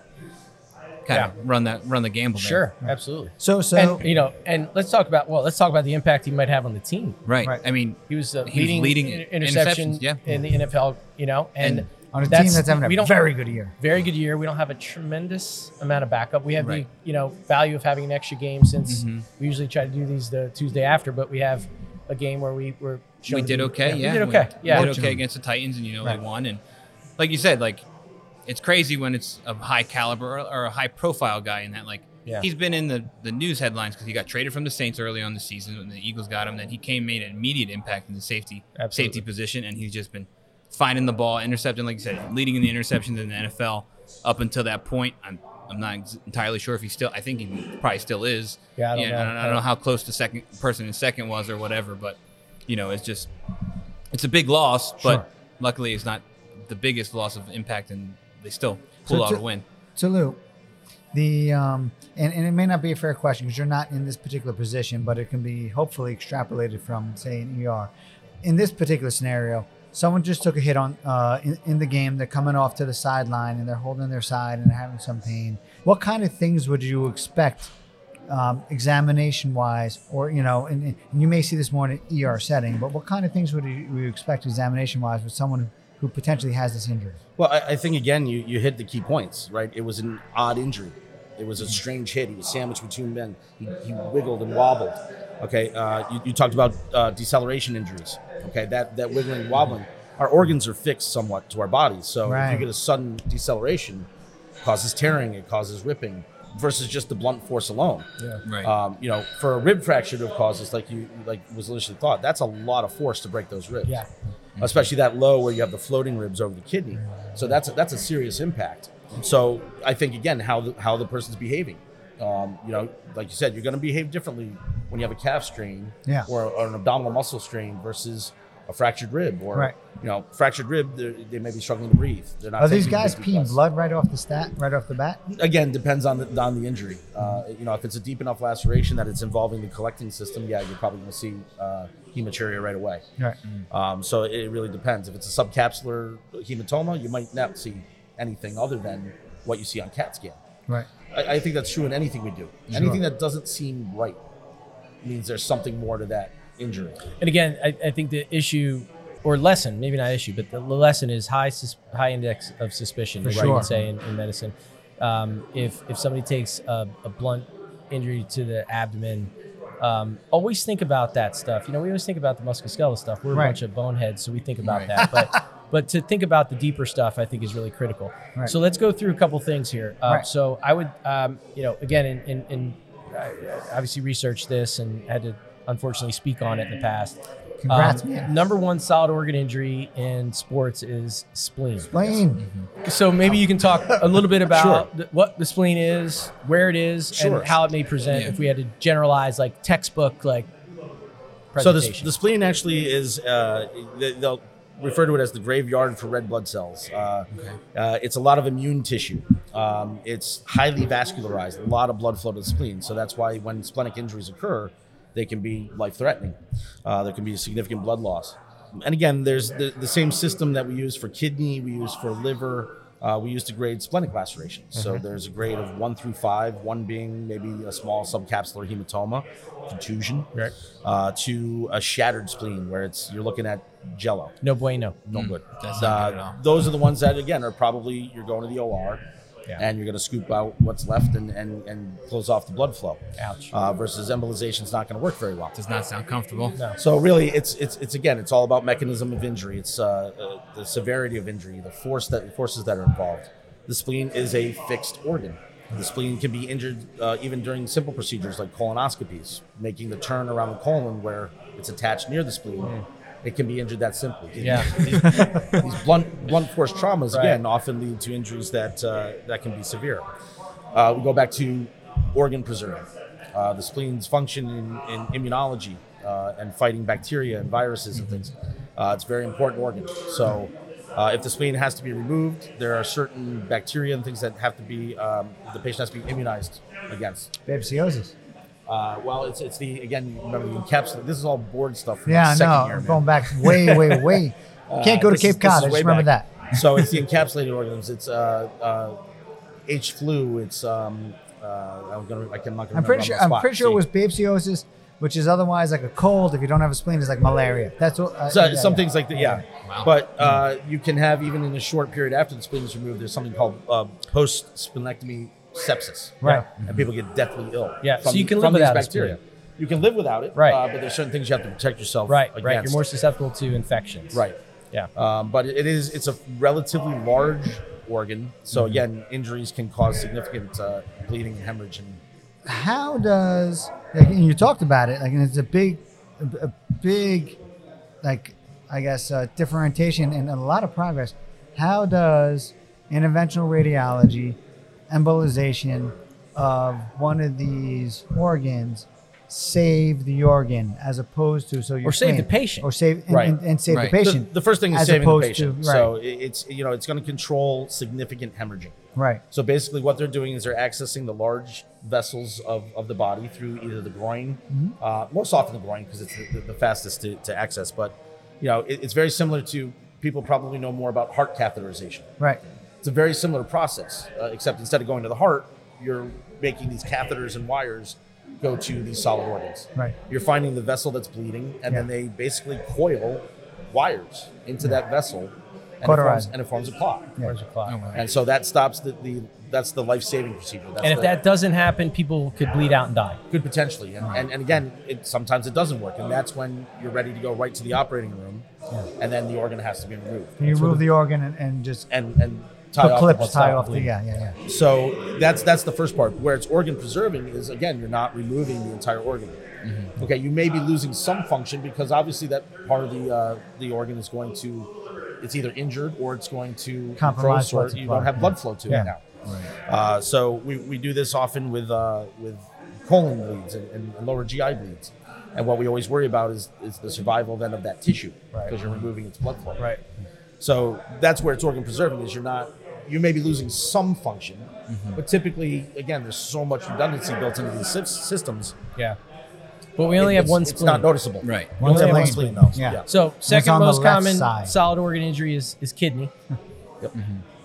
S1: kind of run that run the gamble. there.
S4: sure absolutely
S2: So so
S4: and you know and let's talk about well let's talk about the impact he might have on the team
S1: Right.
S2: Right.
S1: I mean,
S4: He was the
S1: He was
S4: leading,
S1: leading
S4: in-
S1: interceptions,
S4: interception
S1: yeah.
S4: in the NFL, you know, and,
S1: And
S2: on a team that's having
S4: we
S2: a
S4: don't-
S2: very good year.
S4: very good year. We don't have a tremendous amount of backup. We have
S1: Right.
S4: the you know value of having an extra game since we usually try to do these the Tuesday after, but we have a game where we were shown
S1: we
S4: to
S1: did
S4: be-
S1: okay. Yeah,
S4: we did okay. yeah,
S1: we did okay against the Titans, and you know
S2: Right.
S1: they won. And like you said, like it's crazy when it's a high caliber or, or a high profile guy in that. Like
S4: Yeah.
S1: he's been in the the news headlines because he got traded from the Saints early on in the season, and the Eagles got him. Then he came made an immediate impact in the safety
S4: Absolutely.
S1: safety position, and he's just been finding the ball, intercepting, like you said, leading in the interceptions in the NFL up until that point. I'm I'm not ex- entirely sure if he still. I think he probably still is.
S4: Yeah, I don't know.
S1: I, don't, I don't know how close the second person in second was or whatever, but you know, it's just it's a big loss,
S2: Sure.
S1: but luckily it's not the biggest loss of impact, and they still pull
S2: So
S1: out
S2: to-
S1: a win.
S2: So Lou, the um, and, and it may not be a fair question because you're not in this particular position, but it can be hopefully extrapolated from say an ER. In this particular scenario, someone just took a hit on uh, in, in the game. They're coming off to the sideline and they're holding their side and they're having some pain. What kind of things would you expect? Um, examination wise, or you know, and, and you may see this more in an ER setting, but what kind of things would you, would you expect examination wise with someone who potentially has this injury?
S5: Well, I, I think again, you, you hit the key points, right? It was an odd injury. It was a strange hit. He was sandwiched between men. He, he wiggled and wobbled. Okay, uh, you, you talked about uh, deceleration injuries. Okay, that that wiggling, wobbling. Our organs are fixed somewhat to our bodies, so if
S2: Right.
S5: you get a sudden deceleration, it causes tearing, it causes ripping, versus just the blunt force alone.
S1: Right.
S4: uh,
S5: Um, you know, for a rib fracture to have caused this, like you like was initially thought, that's a lot of force to break those ribs.
S4: Yeah.
S5: Especially that low where you have the floating ribs over the kidney. So that's a, that's a serious impact. So I think again how the, how the person's behaving. Um, you know, like you said, you're going to behave differently when you have a calf strain
S2: Yeah.
S5: or, or an abdominal muscle strain versus a fractured rib or
S2: Right.
S5: you know fractured rib. they're- They may be struggling to breathe. They're not.
S2: Are these
S5: taking
S2: guys
S5: deep
S2: peeing
S5: breaths
S2: blood right off the stat, right off the bat?
S5: again depends on the on the injury. Uh, you know, if it's a deep enough laceration that it's involving the collecting system, yeah, you're probably going to see uh, hematuria right away.
S2: Right.
S5: Um, so it really depends. If it's a subcapsular hematoma, you might not see anything other than what you see on CAT scan.
S2: Right.
S5: I, I think that's true in anything we do. Anything that doesn't seem right means there's something more to that injury.
S4: And again, I, I think the issue or lesson, maybe not issue, but the lesson is high sus- high index of suspicion, as you
S2: sure.
S4: would say in, in medicine. Um, if if somebody takes a, a blunt injury to the abdomen, um, always think about that stuff. You know, we always think about the musculoskeletal stuff. We're
S2: Right.
S4: a bunch of boneheads, so we think about that. But but to think about the deeper stuff, I think is really critical.
S2: Right.
S4: So let's go through a couple things here. Uh,
S2: Right.
S4: So I would, um, you know, again, in, in, in I obviously researched this and had to unfortunately speak on it in the past. Um,
S2: Congrats, man.
S4: Number one solid organ injury in sports is spleen.
S2: Blaine,
S5: Mm-hmm.
S4: So maybe you can talk a little bit
S5: Sure.
S4: about th- what the spleen is, where it is,
S5: Sure.
S4: and how it may present.
S1: Yeah.
S4: If we had to generalize, like textbook, like
S5: So the,
S4: presentation.
S5: the spleen actually is uh, they, they'll refer to it as the graveyard for red blood cells. Uh, uh, it's a lot of immune tissue. Um, it's highly vascularized, a lot of blood flow to the spleen. So that's why when splenic injuries occur, they can be life threatening. Uh, there can be significant blood loss. And again, there's the, the same system that we use for kidney, we use for liver. Uh, we use to grade splenic lacerations. So
S4: Mm-hmm.
S5: there's a grade of one through five, one being maybe a small subcapsular hematoma, contusion,
S4: Right.
S5: uh, to a shattered spleen where it's you're looking at jello.
S4: no bueno. Mm.
S5: No good.
S1: that's not
S4: uh,
S1: good at all.
S5: Those are the ones that again are probably you're going to the OR.
S4: Yeah.
S5: And you're going to scoop out what's left and, and, and close off the blood flow.
S4: Ouch.
S5: Uh, versus embolization's not going to work very well.
S1: Does not sound comfortable.
S5: So really, it's it's it's again, it's all about mechanism of injury. It's uh, uh, the severity of injury, the force that forces that are involved. The spleen is a fixed organ. The spleen can be injured uh, even during simple procedures like colonoscopies, making the turn around the colon where it's attached near the spleen. It can be injured that simply.
S4: Yeah.
S5: These, these blunt blunt force traumas again often lead to injuries that uh, that can be severe. Uh, we go back to organ preserving. Uh, the spleen's function in, in immunology uh, and fighting bacteria and viruses and things. Uh, it's a very important organ. So, uh, if the spleen has to be removed, there are certain bacteria and things that have to be um, the patient has to be immunized against.
S2: babsiosis.
S5: Uh, well, it's it's the again remember the encapsulation. This is all board stuff. From
S2: Yeah,
S5: the
S2: no,
S5: second year,
S2: I'm
S5: man.
S2: going back way, way, way. You can't
S5: Uh,
S2: go to
S5: this is-
S2: Cape
S5: this
S2: Cod.
S5: is
S2: I just
S5: way
S2: remember
S5: back.
S2: that.
S5: so it's the encapsulated organisms. It's uh, uh, H flu. It's um, uh, I'm gonna I can, I'm not gonna
S2: I'm
S5: remember
S2: pretty
S5: on
S2: sure.
S5: the
S2: I'm
S5: spot.
S2: pretty sure
S5: See?
S2: it was babsiosis, which is otherwise like a cold. If you don't have a spleen, it's like malaria. That's what. I-
S5: So
S2: yeah,
S5: some
S2: yeah.
S5: things like that, yeah.
S1: Wow.
S5: But uh,
S4: Hmm.
S5: you can have even in a short period after the spleen is removed, there's something called uh, post splenectomy sepsis,
S2: Right. Mm-hmm.
S5: And people get deathly ill.
S4: Yeah, so you can live
S5: from these
S4: without a
S5: bacteria. You can live without it,
S4: Right.
S5: Uh, but there's certain things you have to protect yourself
S4: Right,
S5: against.
S4: right. You're more susceptible to infections.
S5: right.
S4: Yeah.
S5: Um, but it is it's a relatively large organ, so
S2: Mm-hmm.
S5: again, injuries can cause significant uh, bleeding, and hemorrhage, and
S2: how does like, and you talked about it like and it's a big a, a big like i guess uh, differentiation and a lot of progress how does interventional radiology embolization of one of these organs save the organ as opposed to so you
S4: Or save the patient.
S2: or save and,
S5: Right.
S2: and, and save
S1: Right.
S2: the
S1: The-
S5: the,
S2: patient
S5: the first thing is
S2: as
S5: saving the
S2: opposed to-
S5: patient.
S2: right,
S5: So it, it's you know it's going to control significant hemorrhaging.
S2: right
S5: So basically, what they're doing is they're accessing the large vessels of, of the body through either the groin,
S2: Mm-hmm.
S5: uh, most often the groin because it's the, the fastest to, to access. But you know, it, it's very similar to people probably know more about heart catheterization.
S2: right
S5: It's a very similar process, uh, except instead of going to the heart, you're making these catheters and wires go to these solid organs.
S2: Right.
S5: You're finding the vessel that's bleeding, and then
S2: Yeah.
S5: they basically coil wires into that vessel, and it,
S2: Cauterize.
S5: forms, and it forms a clot.
S4: Where's the clock?
S1: Oh, wow.
S5: And so that stops the, the that's the life saving procedure. That's
S4: And if
S5: the-
S4: that doesn't happen, people could bleed out and die.
S5: could potentially, and, and, and again, it, sometimes it doesn't work, and that's when you're ready to go right to the operating room, and then the organ has to be removed.
S2: you remove the organ and, and just
S5: and and tie
S2: put
S5: off the
S2: clips
S5: blood
S2: tie
S5: clot
S2: off the
S5: bleeding.
S2: yeah yeah yeah
S5: So that's that's the first part. Where it's organ preserving is again, you're not removing the entire organ.
S2: Mm-hmm.
S5: Okay, you may be losing some function because obviously that part of the uh, the organ is going to it's either injured or it's going to
S2: Compromise
S5: necrose or
S2: blood
S5: you
S2: supply.
S5: don't have blood flow to
S2: Yeah.
S5: it now. Uh, so we, we do this often with uh, with colon bleeds and, and lower GI bleeds. And what we always worry about is, is the survival then of that tissue because you're removing its blood flow.
S4: Right.
S5: So that's where it's organ preserving is you're not you may be losing some function,
S4: Mm-hmm.
S5: but typically again there's so much redundancy built into these sys- systems.
S4: Yeah. But we only
S5: it-
S4: have
S5: it's-
S4: one
S5: It's
S4: spleen.
S5: not noticeable.
S1: Right.
S5: You only have
S2: One
S5: one
S2: spleen.
S5: spleen though.
S2: Yeah.
S5: Yeah.
S4: So
S2: it's on
S4: second
S2: the
S4: most
S2: left
S4: common
S2: side. Mm-hmm.
S4: solid organ injury is, is kidney.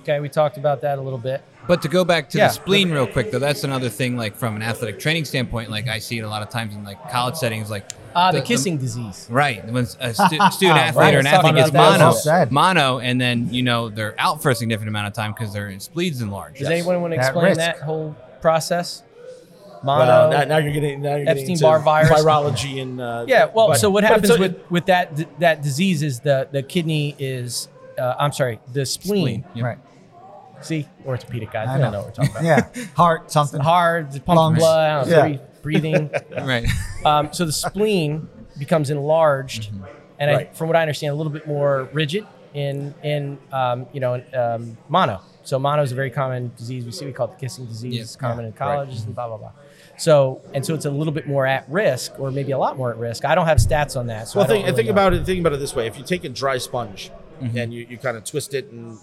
S4: Okay, we talked about that a little bit.
S1: But to go back to
S4: Yeah.
S1: the spleen real quick, though, that's another thing. Like from an athletic training standpoint, like I see it a lot of times in like college settings, like
S4: Uh, the, kissing disease.
S1: Right. When a stu- student athlete
S4: Right,
S1: or an
S4: let's talk
S1: athlete gets
S4: about that.
S1: mono,
S4: Well
S2: said.
S1: mono, and then you know they're out for a significant amount of time because their spleens enlarged.
S4: Does anyone want to
S2: At
S4: explain
S2: risk.
S4: that whole process?
S5: Well,
S4: Mono.
S5: uh, now, now you're getting now you're getting into
S4: Epstein-Barr virus.
S5: virology and uh,
S4: yeah. Well,
S5: but-
S4: so what
S5: but
S4: happens
S5: it's a-
S4: with with that d- that disease is the the kidney is uh, I'm sorry the spleen.
S1: Yep.
S2: Right.
S4: See, orthopedic guys.
S2: I
S4: I don't
S2: know.
S4: know what we're talking about.
S2: Yeah. Heart something.
S4: Hard, pump
S2: Lungs.
S4: blood, I don't know,
S2: Yeah.
S4: breathe- breathing.
S1: Right.
S4: Um, so the spleen becomes enlarged, and I,
S5: Mm-hmm. Right.
S4: from what I understand, a little bit more rigid in in um, you know in, um, mono. So mono is a very common disease we see. We call it the kissing disease.
S1: Yeah,
S4: It's common
S1: yeah,
S4: in colleges
S5: Mm-hmm.
S4: and blah blah blah. So and so it's a little bit more at risk, or maybe a lot more at risk. I don't have stats on that. So
S5: Well,
S4: I don't
S5: think,
S4: really
S5: think
S4: know.
S5: about it. Think about it this way: if you take a dry sponge
S4: Mm-hmm.
S5: and you, you kind of twist it and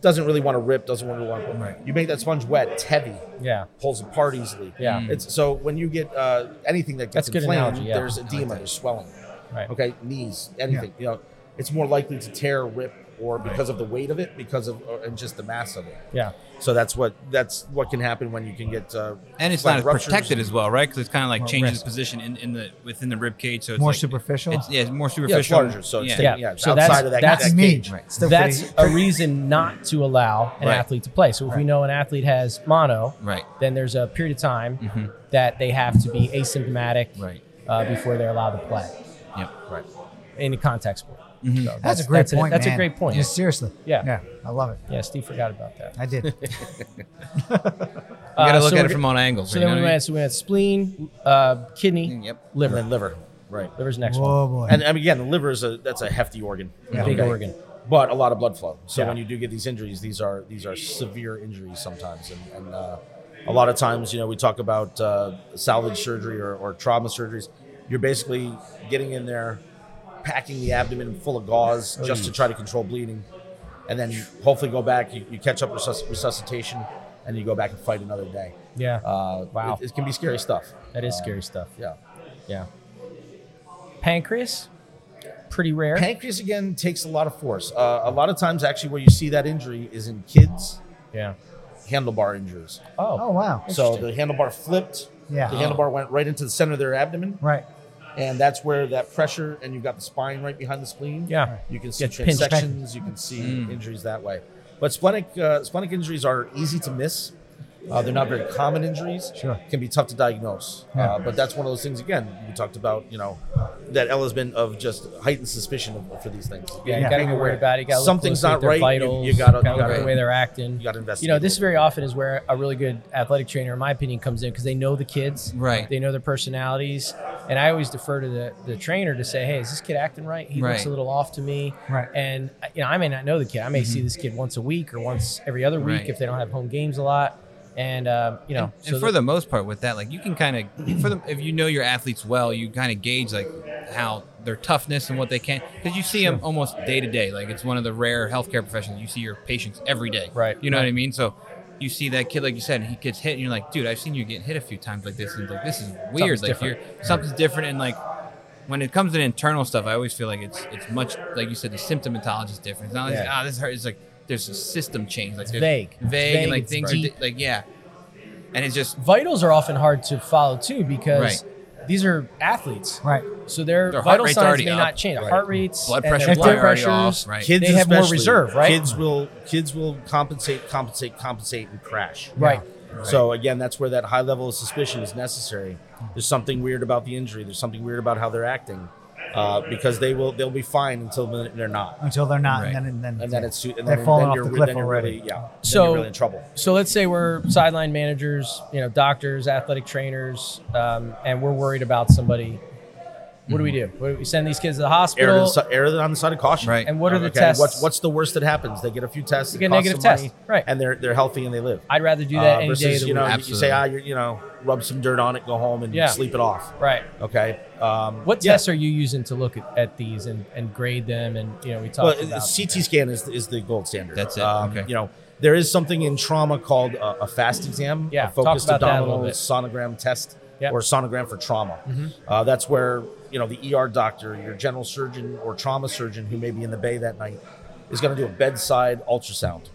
S5: doesn't really want to rip, doesn't really want to. You make that sponge wet, it's heavy,
S4: Yeah.
S5: pulls apart easily.
S4: Yeah.
S5: It's so when you get uh, anything that
S4: That's
S5: gets
S4: a good
S5: inflamed,
S4: analogy, yeah.
S5: there's edema, there's swelling.
S4: Right.
S5: Okay, knees, anything. You know, it's more likely to tear, rip, or because of the weight of it, because of or, and just the mass of it.
S4: Yeah.
S5: So that's what that's what can happen when you can get. Uh,
S1: And it's
S5: like
S1: not as
S5: ruptures
S1: protected
S5: and-
S1: as well, right? Because it's kind of like
S2: More
S1: changes
S2: risk.
S1: position in, in the within the rib cage, so it's
S2: More
S1: like-
S2: superficial?
S1: It's, yeah, it's more
S5: Yeah, it's
S1: superficial.
S5: larger, so it's
S1: yeah.
S5: taking,
S4: Yeah.
S5: yeah. it's
S4: So that's-
S5: outside of that.
S4: that's
S5: that
S2: me.
S5: cage.
S2: Right. Still
S4: That's
S2: pretty-
S4: a
S2: pretty-
S4: reason not to allow an
S1: Right.
S4: athlete to play. So if we know an athlete has mono,
S1: Right.
S4: then there's a period of time that they have to be asymptomatic
S1: Right.
S4: uh, before they're allowed to play
S1: Yep.
S5: Right.
S4: in a contact sport. So
S2: That's, a great
S4: that's
S2: point.
S4: that's a
S2: man.
S4: great point.
S2: Yeah, seriously.
S4: Yeah.
S2: Yeah. I love it.
S4: yeah, Steve forgot about that.
S2: I did.
S1: You gotta
S4: Uh,
S1: look at it
S4: so we're-
S1: from all angles.
S4: So
S1: you know
S4: then we
S1: what I mean?
S4: went. So we went spleen, uh, kidney,
S1: Yep.
S5: And
S4: liver.
S5: then liver. Right.
S4: Liver's the next
S2: Whoa, boy.
S5: And uh, I mean, again, the liver is a that's a hefty organ,
S4: one. Big organ.
S5: but a lot of blood flow. So
S4: Yeah.
S5: when you do get these injuries, these are these are severe injuries sometimes, and, and uh, a lot of times, you know, we talk about uh, salvage surgery or, or trauma surgeries. You're basically getting in there, packing the abdomen full of
S4: Oh,
S5: gauze just to try to control bleeding, and then you hopefully go back, you, you catch up resus- resuscitation, and you go back and fight another day.
S4: Yeah.
S5: Uh,
S4: Wow.
S5: it, it can be scary stuff.
S4: that is scary stuff.
S5: Yeah.
S4: Yeah. Pancreas, pretty rare.
S5: Pancreas again takes a lot of force. Uh, a lot of times, actually, where you see that injury is in kids
S4: yeah.
S5: handlebar injuries.
S2: oh, wow.
S5: So the handlebar flipped.
S2: Yeah.
S5: The handlebar went right into the center of their abdomen,
S2: Right.
S5: and that's where that pressure and you've got the spine right behind the spleen.
S4: Yeah.
S5: You can see
S4: Gets pinched.
S5: transections. You can see
S4: Mm.
S5: injuries that way. But splenic uh, splenic injuries are easy to miss. Uh, they're not very common injuries.
S2: Sure.
S5: Can be tough to diagnose.
S2: Yeah.
S5: Uh, but that's one of those things again we talked about. You know, that element of just heightened suspicion of, for these things.
S4: Yeah, you
S2: Yeah.
S4: gotta
S5: Being
S4: be worried
S5: aware.
S4: about it. You gotta look
S5: Something's
S4: closely at
S5: not
S4: their
S5: right. You-
S4: Vitals,
S5: you gotta- you
S4: kinda look
S5: gotta-
S4: at the way they're acting.
S5: you gotta
S4: You know,
S5: investigate
S4: this
S5: it.
S4: very often is where a really good athletic trainer, in my opinion, comes in because they know the kids,
S1: Right.
S4: They know their personalities, and I always defer to the, the trainer to say, "Hey, is this kid acting right? He looks
S1: Right.
S4: a little off to me."
S2: Right.
S4: And you know, I may not know the kid. I may
S5: Mm-hmm.
S4: see this kid once a week or once every other week
S1: Right.
S4: if they don't have home games a lot. And um, you know,
S1: and, and for the most part with that like you can kind of for the if you know your athletes well you kind of gauge like how their toughness and what they can because you see them almost day to day like it's one of the rare healthcare professions you see your patients every day
S4: Right,
S1: you know what i
S4: right.
S1: mean so you see that kid like you said and he gets hit and you're like dude i've seen you get hit a few times like this and like this is weird
S4: Something's
S1: like
S4: different.
S1: you're something's different and like when it comes to internal stuff, I always feel like it's it's much like you said the symptomatology is different. It's not like
S4: Yeah.
S1: ah this hurt. It's like there's a system change. Like there's
S4: vague.
S1: vague,
S4: It's vague,
S1: and like
S4: it's
S1: things are
S4: vague.
S1: di- like yeah, and it's just
S4: vitals are often hard to follow too because these are athletes,
S2: Right.
S4: So their,
S1: Their heart
S4: vital
S1: rate's
S4: signs
S1: already
S4: may
S1: up,
S4: not change. Their
S5: right.
S4: Heart rates,
S1: Blood
S4: and their
S1: pressure
S4: blood
S1: probably already off,
S4: pressures,
S1: right.
S5: kids
S4: they have more
S5: especially,
S4: reserve, right?
S5: Kids will kids will compensate, compensate, compensate, and crash.
S4: Right.
S5: So again, that's where that high level of suspicion is necessary. There's something weird about the injury. There's something weird about how they're acting, uh, because they will they'll be fine until the- they're not,
S2: Until they're not.
S1: Right.
S2: And then, and then,
S5: and then it's too- and
S2: They're
S5: then,
S2: falling
S5: then
S2: off
S5: you're,
S2: the
S5: re-
S2: cliff
S5: then you're
S2: already.
S5: really yeah. So
S4: So-
S5: you're really in trouble.
S4: So let's say we're sideline managers, you know, doctors, athletic trainers, um, and we're worried about somebody. What do we do? What, do we send these kids to the
S5: Err, Mm-hmm. to the
S4: hospital.
S5: si- err on the side of caution.
S1: Right.
S4: And what are the tests?
S5: What's, what's the worst that happens? They get a few tests.
S4: They
S5: it
S4: get a
S5: costs
S4: negative
S5: some
S4: test. Right.
S5: And they're they're healthy and they live.
S4: I'd rather do that
S5: Uh,
S4: any
S5: versus,
S4: day of the
S5: you know,
S4: week.
S5: you
S1: Absolutely.
S5: say ah, you're, you know, rub some dirt on it, go home and
S4: Yeah.
S5: sleep it off.
S4: Right.
S5: Okay. Um,
S4: What
S5: yeah.
S4: tests are you using to look at, at these and, and grade them? And you know, we
S5: Well,
S4: talked
S5: it-
S4: about
S5: CT scan is, is the gold standard. Um,
S1: That's it, okay.
S5: You know, there is something in trauma called a, a fast exam,
S4: Yeah,
S5: a
S4: talk
S5: focused
S4: about that a little
S5: abdominal
S4: bit. Mm-hmm.
S5: sonogram test,
S4: Yep.
S5: or sonogram for trauma. Uh, that's where you know the ER doctor, your general surgeon, or trauma surgeon who may be in the bay that night is going to do a bedside ultrasound.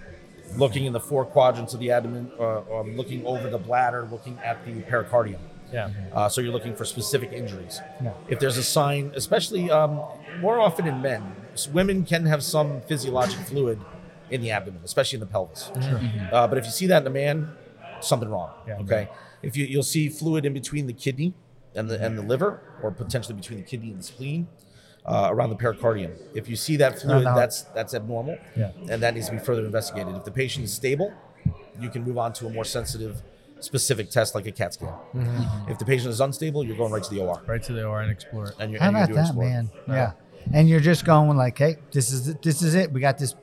S5: looking in the four quadrants of the abdomen, uh, um, looking over the bladder, looking at the pericardium.
S4: Yeah.
S5: Uh, so you're looking for specific injuries.
S2: Yeah.
S5: If there's a sign, especially um, more often in men, s- women can have some physiologic fluid in the abdomen, especially in the pelvis. Uh, but if you see that in a man, something wrong.
S4: Yeah.
S5: Okay. If you, you'll see fluid in between the kidney and the and the liver, or potentially between the kidney and the spleen. Uh, around the pericardium. If you see that fluid,
S2: no.
S5: that's that's abnormal,
S2: Yeah.
S5: and that needs to be further investigated. If the patient is stable, you can move on to a more sensitive, specific test like a CAT scan.
S2: Mm-hmm.
S5: If the patient is unstable, you're going right to the OR.
S4: Right to the OR and explore it.
S5: And you're,
S2: How
S5: and you're
S2: about
S5: doing
S2: that,
S5: explore.
S2: man? Yeah. And you're just going like, hey, this is it- this is it. We got this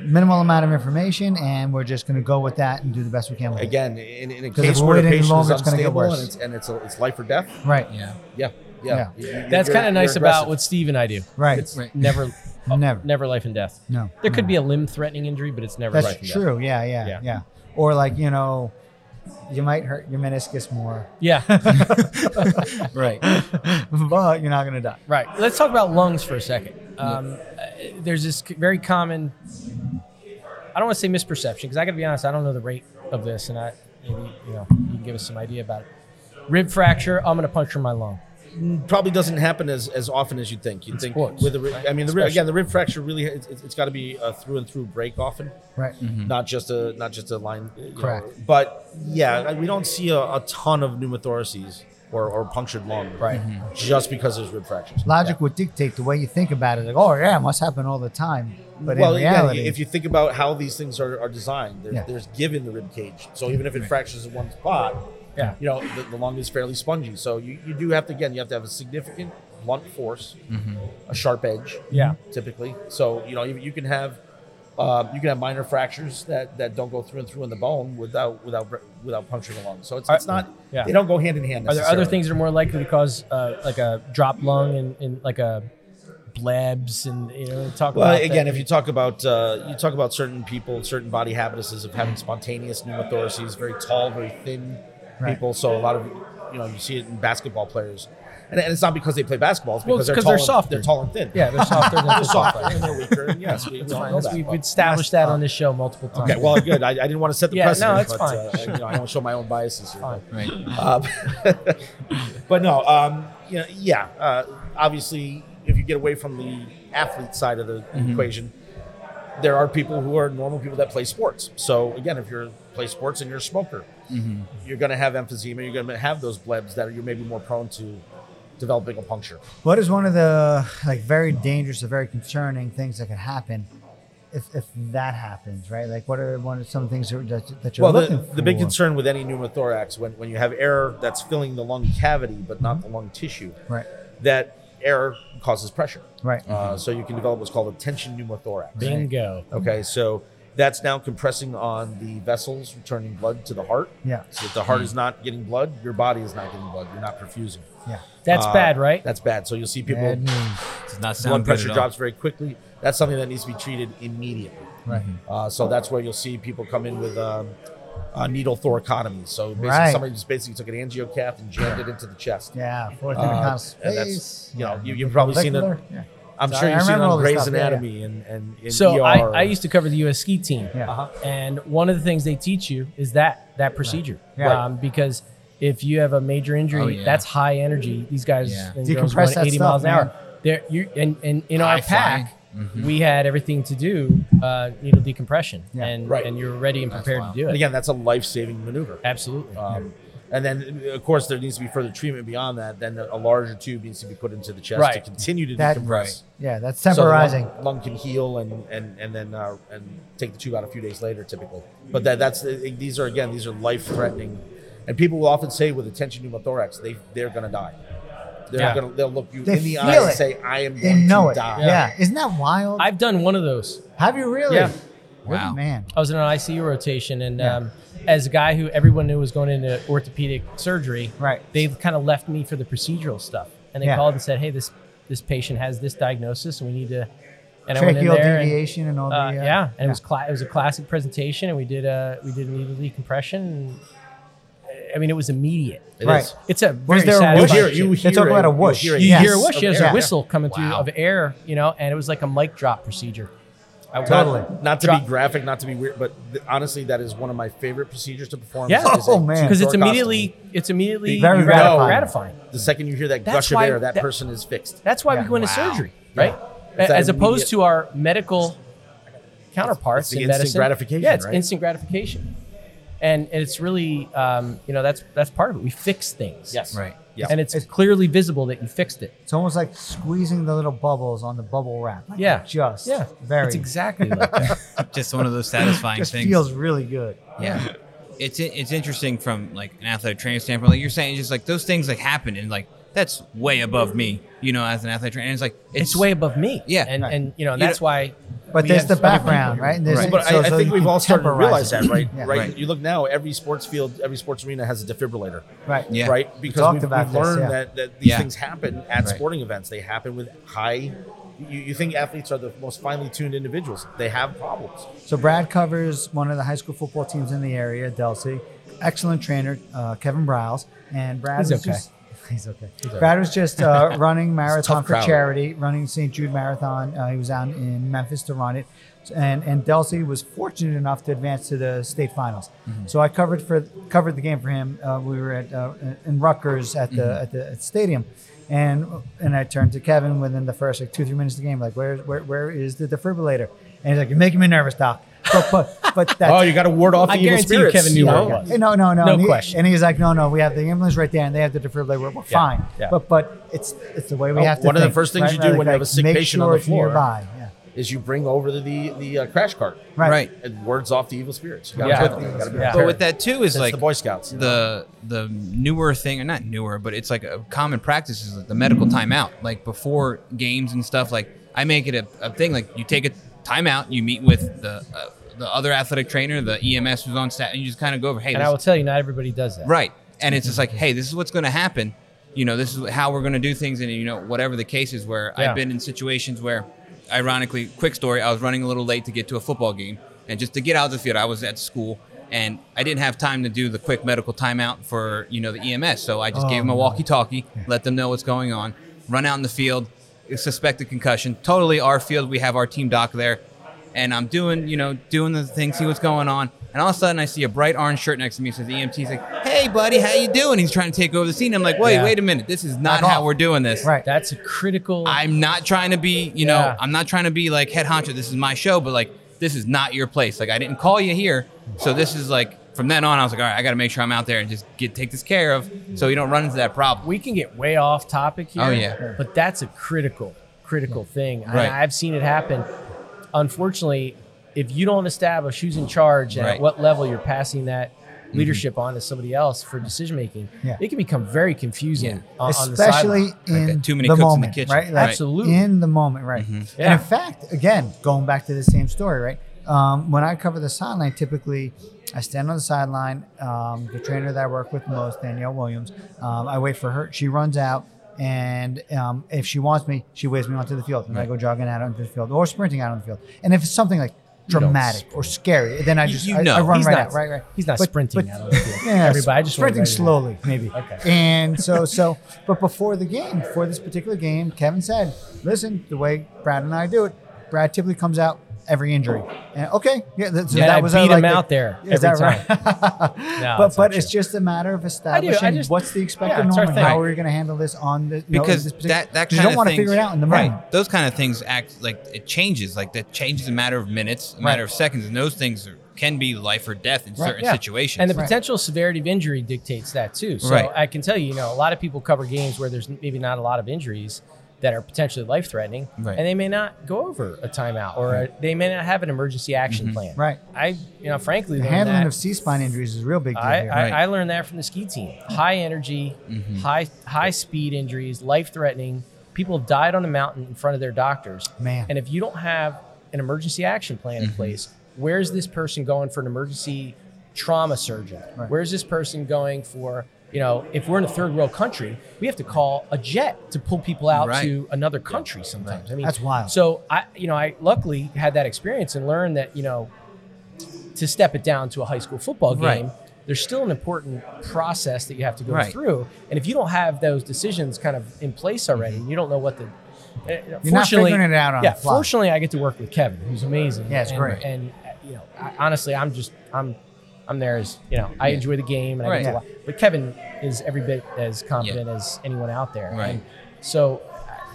S2: minimal amount of information, and we're just going to go with that and do the best we can with it.
S5: Again, in, in a
S2: 'Cause if
S5: case
S2: we
S5: where
S2: wait
S5: the
S2: any
S5: patient
S2: longer,
S5: is
S2: it's gonna get
S5: unstable
S2: worse.
S5: and, it's, and it's, a, it's life or death,
S2: Right.
S1: Yeah.
S5: yeah, yeah. You- you-
S4: That's
S5: you're-
S4: kind of nice
S5: you're
S4: about
S5: aggressive.
S4: what Steve and I do.
S2: Right.
S4: It's
S1: Right.
S4: never,
S2: Never.
S4: never life and death.
S2: No.
S4: There could
S2: No.
S4: be a limb-threatening injury, but it's never
S2: That's
S4: life and death.
S2: true. Yeah, yeah,
S4: Yeah.
S2: yeah, Or like you know, you might hurt your meniscus more,
S4: Yeah.
S1: Right.
S2: but you're not going to die.
S4: right. Let's talk about lungs for a second. Um, uh, There's this c- very common. I don't want to say misperception because I got to be honest. I don't know the rate of this, and I maybe you know you can give us some idea about it. Rib fracture. I'm going to puncture my lung.
S5: probably doesn't happen as, as often as you think. You think
S4: sports,
S5: with the, ri-
S4: right?
S5: I mean, the, ri-
S4: Especially.
S5: again, the rib fracture really it's, it's- it's got to be a through and through break often,
S2: Right.
S5: not just a not just a line. you know.
S2: Mm-hmm. Correct.
S5: But yeah, I- we don't see a, a ton of pneumothoraces or, or punctured lung,
S4: Right.
S2: Mm-hmm.
S5: Just because there's rib fractures.
S2: Logic would dictate the way you think about it. Like, oh yeah, it must happen all the time. But
S5: well,
S2: in
S5: yeah,
S2: reality,
S5: if you think about how these things are, are designed, they're,
S2: Yeah.
S5: there's give in the rib cage. So even if it fractures in one spot,
S4: Yeah.
S5: you know, the, the lung is fairly spongy. So you, you do have to, again, you have to have a significant blunt force,
S2: Mm-hmm.
S5: a sharp edge.
S4: Yeah.
S5: Typically. So, you know, you, you can have, um, you can have minor fractures that, that don't go through and through in the bone without, without, without puncturing the lung. So it's,
S4: Are-
S5: it's not,
S4: Yeah.
S5: they don't go hand in hand.
S4: Are there other
S5: necessarily.
S4: things that are more likely to cause uh, like a drop lung and, and like a blebs and you know talk
S5: Well,
S4: about
S5: again,
S4: that.
S5: if you talk about uh, you talk about certain people, certain body habituses of having spontaneous pneumothoraces, very tall, very thin
S2: Right.
S5: people. So a lot of you know you see it in basketball players, and, and it's not because they play basketball; it's
S4: Well,
S5: because
S4: it's
S5: they're
S4: 'cause they're
S5: tall. and-
S4: softer.
S5: They're tall and thin.
S4: yeah, they're softer than
S5: they're softer and
S4: soft.
S5: they're weaker. and Yes, we, we all know that.
S4: We've
S5: but-
S4: established that on this show multiple times.
S5: Okay, well, good. I, I didn't want to set the
S4: Yeah, no,
S5: precedent.
S4: it's
S5: but,
S4: fine.
S5: Uh, you know, I don't show my own biases here.
S4: Fine.
S5: but-
S1: Right.
S5: um, but no, um, you know, yeah. Uh, obviously, if you get away from the athlete side of the equation, there are people who are normal people that play sports. So again, if you're play sports and you're a smoker, you're going to have emphysema. You're going to have those blebs that you're maybe more prone to developing a puncture.
S2: what is one of the like very dangerous or very concerning things that could happen if, if that happens? Right. Like, what are one of some things that, that, that you're
S5: Well,
S2: looking
S5: the,
S2: for?
S5: the big concern with any pneumothorax when when you have air that's filling the lung cavity but not the lung tissue,
S2: Right.
S5: that air causes pressure.
S2: Right.
S5: Uh, so you can develop what's called a tension pneumothorax.
S4: Bingo.
S5: Okay, so that's now compressing on the vessels, returning blood to the heart.
S2: Yeah.
S5: So if the
S2: Hmm.
S5: heart is not getting blood, your body is not getting blood. You're not perfusing.
S2: Yeah.
S4: That's
S5: Uh,
S4: bad, right?
S5: That's bad. So you'll see people
S2: Bad news.
S1: Does not sound
S5: blood
S1: good at
S5: pressure
S1: all.
S5: drops very quickly. That's something that needs to be treated immediately.
S2: Right.
S5: Uh, so that's where you'll see people come in with um, uh, needle thoracotomy. So basically,
S2: Right.
S5: somebody just basically took an angio cath and jammed it into the chest.
S2: Yeah. Fourth
S5: Uh,
S2: uh,
S5: and
S2: space.
S5: that's you know
S2: yeah.
S5: you, you've probably seen it.
S2: Molecular, Yeah.
S5: I'm
S2: Sorry,
S5: sure
S2: I
S5: you've seen it
S2: remember all
S5: on
S2: this
S5: Grey's
S2: stuff, yeah, yeah.
S5: Anatomy and and in
S4: So
S5: ER.
S4: I, I used to cover the U.S. ski team,
S2: Yeah.
S5: Uh-huh.
S4: and one of the things they teach you is that that procedure,
S2: Yeah.
S4: um, because if you have a major injury,
S1: Oh, yeah.
S4: that's high energy. These guys
S1: Yeah.
S4: and
S2: Decompress
S4: girls run
S2: that
S4: 80
S2: stuff,
S4: miles an
S2: man.
S4: hour. There, you and and in our
S1: High flying. Mm-hmm.
S4: pack, we had everything to do uh, needle decompression,
S2: Yeah.
S4: and
S5: Right.
S4: and you're ready and prepared to
S1: wild.
S4: do it.
S5: And again, that's a life saving maneuver.
S4: Absolutely.
S5: Um, and then, of course, there needs to be further treatment beyond that. Then a larger tube needs to be put into the chest to
S4: Right.
S5: continue to
S2: That-
S5: decompress.
S1: Right.
S2: Yeah. That's
S5: So the
S2: temporizing.
S5: lung, lung can heal and and and then uh, and take the tube out a few days later, typically. But that that's uh, these are again these are life threatening, and people will often say with a tension pneumothorax they they're gonna die. They're
S4: Yeah.
S5: gonna they'll look you
S2: They
S5: in the
S2: feel
S5: eye and
S2: it.
S5: say I am
S2: they
S5: going
S2: know
S5: to
S2: it.
S5: die.
S2: Yeah. Isn't that wild?
S4: I've done one of those.
S2: Have you really?
S4: Yeah.
S1: Wow.
S2: Man.
S4: I was in an ICU rotation, and
S2: Yeah.
S4: um, as a guy who everyone knew was going into orthopedic surgery,
S2: Right.
S4: They kind of left me for the procedural stuff, and they
S2: Yeah.
S4: called and said, "Hey, this this patient has this diagnosis, and we need to." And I went in
S2: Tracheal
S4: there, and,
S2: deviation and, all the.
S4: uh, yeah, and it was cla- it was a classic presentation, and we did a we did a needle decompression. And, I mean, it was immediate.
S5: It
S2: Right.
S5: is.
S4: It's a
S2: Was
S4: very
S2: there a
S5: You
S2: whoosh?
S4: satisfying.
S5: hear
S4: shit.
S5: you
S2: They
S5: hear
S2: talk
S5: it,
S2: about a
S5: you
S2: whoosh.
S5: hear it.
S4: You
S2: Yes.
S4: hear a whoosh. There's
S2: Yeah.
S4: a whistle coming
S1: Wow.
S4: through of air, you know, and it was like a mic drop procedure. I want-
S2: Totally.
S5: Not to
S4: Drop-
S5: be graphic, not to be weird, but th- honestly, that is one of my favorite procedures to perform.
S4: Yeah.
S5: is a
S2: Oh, man.
S4: because it's
S5: two-door
S4: immediately it's immediately
S2: Very
S4: you know,
S2: gratifying.
S4: gratifying.
S5: costume. The second you hear that
S4: That's
S5: gush of
S4: why-
S5: air, that,
S4: that-
S5: person is fixed.
S4: That's why
S2: Yeah.
S4: we go into
S1: Wow.
S4: surgery, right?
S5: Yeah. It's
S4: A-
S5: that
S4: As opposed
S5: immediate-
S4: to our medical counterparts
S5: it's the
S4: in
S5: instant
S4: medicine.
S5: gratification,
S4: Yeah, it's
S5: right?
S4: instant gratification, and and it's really um, you know that's that's part of it. We fix things.
S5: Yes.
S1: Right.
S5: Yeah.
S4: And it's, clearly visible that you fixed it.
S2: It's almost like squeezing the little bubbles on the bubble wrap. Like,
S4: Yeah.
S2: Just.
S4: Yeah.
S2: Very.
S4: It's exactly like that.
S1: Just one of those satisfying
S2: just
S1: things.
S2: feels really good.
S1: yeah it's it's interesting from like an athletic training standpoint like you're saying just like those things like happen and like that's way above me you know as an athletic trainer and it's like
S4: it's way above me.
S1: Yeah.
S4: And and you know
S1: You
S4: that's
S1: don't-
S4: why.
S2: But
S4: we
S2: there's
S4: have
S2: the
S4: so many
S2: background,
S4: people.
S2: right? And there's-
S5: But
S2: so-
S5: I, I
S2: so
S5: think
S2: you
S5: we've all started to
S2: temporize
S5: realize
S2: it.
S5: that, right?
S2: Yeah.
S5: right?
S1: Right.
S5: You look now, every sports field, every sports arena has a defibrillator,
S2: Right.
S1: Yeah.
S5: right? Because
S2: talked
S5: we've,
S2: about
S5: we've
S2: this,
S5: learned
S2: yeah.
S5: that, that these
S1: Yeah.
S5: things happen at
S1: Right.
S5: sporting events. They happen with high. You, you think athletes are the most finely tuned individuals? They have problems.
S2: So Brad covers one of the high school football teams in the area, Delsey. Excellent trainer, uh, Kevin Browse, and Brad
S4: He's
S2: was
S4: okay.
S2: just. He's okay. Brad was just uh, running marathon
S5: tough
S2: for
S5: crowd.
S2: charity, running St. Jude Marathon. Uh, he was out in Memphis to run it, and and Delsey was fortunate enough to advance to the state finals.
S5: Mm-hmm.
S2: So I covered for covered the game for him. Uh, we were at uh, in Rutgers at the
S5: Mm-hmm.
S2: at the at the stadium, and and I turned to Kevin within the first like two three minutes of the game, like where where, where is the defibrillator? And he's like, you're making me nervous, doc. But but, but that's
S5: Oh, you got to ward off the
S4: I
S5: evil
S4: guarantee you
S5: spirits.
S4: Kevin knew
S5: you
S4: where
S5: know?
S4: it was.
S2: Hey, No, no, no.
S4: No
S2: and he-
S4: question.
S2: and he's like, no, no, we have the ambulance right there, and they have the defibrillator. We're, we're fine.
S5: yeah.
S2: But but it's it's the way we
S5: Oh,
S2: have to.
S5: one of the
S2: think,
S5: first things
S2: right?
S5: you do when you have a sick
S2: make
S5: patient on
S2: sure
S5: the
S2: it's
S5: floor.
S2: Nearby. Yeah.
S5: Is you bring over the the, the uh, crash cart
S2: Right.
S1: right
S5: and words off the evil spirits. You gotta
S4: Yeah.
S5: put them. You gotta be
S4: Yeah.
S1: but with that too is
S5: It's
S1: like
S5: the Boy Scouts.
S1: the the newer thing or not newer but it's like a common practice is like the medical timeout like before games and stuff like i make it a, a thing like you take a timeout you meet with the uh, the other athletic trainer the ems who's on staff and you just kind of go over hey
S4: And I
S1: this-
S4: will tell you, not everybody does that.
S1: Right. And it's just like, hey, this is what's going to happen. You know, this is how we're going to do things. And, you know, whatever the case is, where
S4: Yeah.
S1: I've been in situations where, ironically, quick story, I was running a little late to get to a football game. And just to get out of the field, I was at school and I didn't have time to do the quick medical timeout for, you know, the EMS. So I just gave them a walkie talkie, let them know what's going on, run out in the field, suspected concussion. Totally our field. We have our team doc there and I'm doing, you know, doing the thing, see what's going on. And all of a sudden, I see a bright orange shirt next to me. It says EMT. He's like, "Hey, buddy, how you doing?" He's trying to take over the scene. I'm like, "Wait,
S4: Yeah.
S1: wait a minute. This is not how we're doing this.
S2: Right.
S4: That's a critical.
S1: I'm not trying to be, you know,
S4: Yeah.
S1: I'm not trying to be like head honcho. This is my show, but like, this is not your place. Like, I didn't call you here, so this is like from then on. I was like, all right, I got to make sure I'm out there and just get take this care of, so you don't run into that problem.
S4: we can get way off topic here.
S1: Oh, yeah.
S4: But that's a critical, critical thing. And
S1: Right.
S4: I've seen it happen. Unfortunately, if you don't establish who's in charge and
S1: Right. Mm-hmm.
S4: at what level you're passing that leadership on to somebody else for decision making,
S2: Yeah.
S4: it can become very confusing.
S1: Yeah.
S4: On, on the
S2: Especially
S4: sideline.
S2: in
S1: that too many
S2: the
S1: cooks in the
S2: moment,
S1: kitchen.
S2: right?
S1: Right.
S4: Absolutely.
S2: in the moment, right? And
S4: Yeah.
S2: in fact, again, going back to the same story, right? Um, when I cover the sideline, typically I stand on the sideline. Um, the trainer that I work with most, Danielle Williams, um, I wait for her. She runs out, and um, if she wants me, she waves me onto the field, and I go jogging out onto the field or sprinting out on the field. And if it's something like dramatic or scary, then I
S1: You-
S2: just
S1: you
S2: I, I
S1: know.
S2: run
S4: He's
S2: right
S4: not-
S2: out, right, right.
S4: he's not sprinting out on the field.
S2: Yeah,
S4: Everybody, I just wanna
S2: sprinting
S4: write it down.
S2: slowly slowly, maybe.
S4: Okay.
S2: And so, so, but before the game, before this particular game, Kevin said, "Listen, the way Brad and I do it, Brad typically comes out every injury." And okay, yeah, that, so
S4: Yeah,
S2: that
S4: I
S2: was
S4: beat
S2: our, like,
S4: him
S2: the-
S4: out there
S2: Is
S4: every
S2: that right? but
S4: No, it's not
S2: but it's just a matter of establishing
S4: just-
S2: what's the expected
S4: yeah, it's our
S2: norm and
S4: thing.
S2: how are you going to handle this on the you know,
S1: because
S2: this particular-
S1: that that
S2: 'cause
S1: kind
S2: you don't
S1: of
S2: want to
S1: things-
S2: figure it out in the
S1: right.
S2: moment.
S1: Those kind of things act like it changes, like that changes in a matter of minutes, a matter of seconds, and those things are, can be life or death in certain
S4: Yeah.
S1: situations.
S4: And the
S2: Right.
S4: potential severity of injury dictates that too. So
S1: Right.
S4: I can tell you, you know, a lot of people cover games where there's maybe not a lot of injuries that are potentially life threatening,
S1: Right.
S4: and they may not go over a timeout or a, they may not have an emergency action
S1: Mm-hmm.
S4: plan.
S2: Right.
S4: I, you know, frankly,
S2: The
S4: learned
S2: handling
S4: that-
S2: of C-spine injuries is a real big deal
S4: I,
S2: here. Mm-hmm.
S4: I,
S1: Right.
S4: I learned that from the ski team. High energy, high high speed injuries, life threatening. People have died on the mountain in front of their doctors.
S2: Man. Mm-hmm.
S4: And if you don't have an emergency action plan in place, where's this person going for an emergency trauma surgeon?
S2: Right.
S4: Where's this person going for, you know, if we're in a third world country, we have to call a jet to pull people out
S1: Right.
S4: to another country sometimes. I mean
S2: That's wild.
S4: So I you know, I luckily had that experience and learned that, you know, to step it down to a high school football game,
S1: Right.
S4: there's still an important process that you have to go
S1: Right.
S4: through. And if you don't have those decisions kind of in place already, you don't know what the
S2: Mm-hmm.
S4: uh,
S2: You're not figuring it out on
S4: yeah,
S2: the fly.
S4: fortunately, I get to work with Kevin, who's amazing.
S2: Yeah, it's
S4: and,
S2: great.
S4: And uh, you know, I, honestly, I'm just I'm I'm there as you know I enjoy the game and I get to
S2: Right.
S4: watch. But Kevin is every bit as competent as anyone out there.
S1: Right.
S4: And so,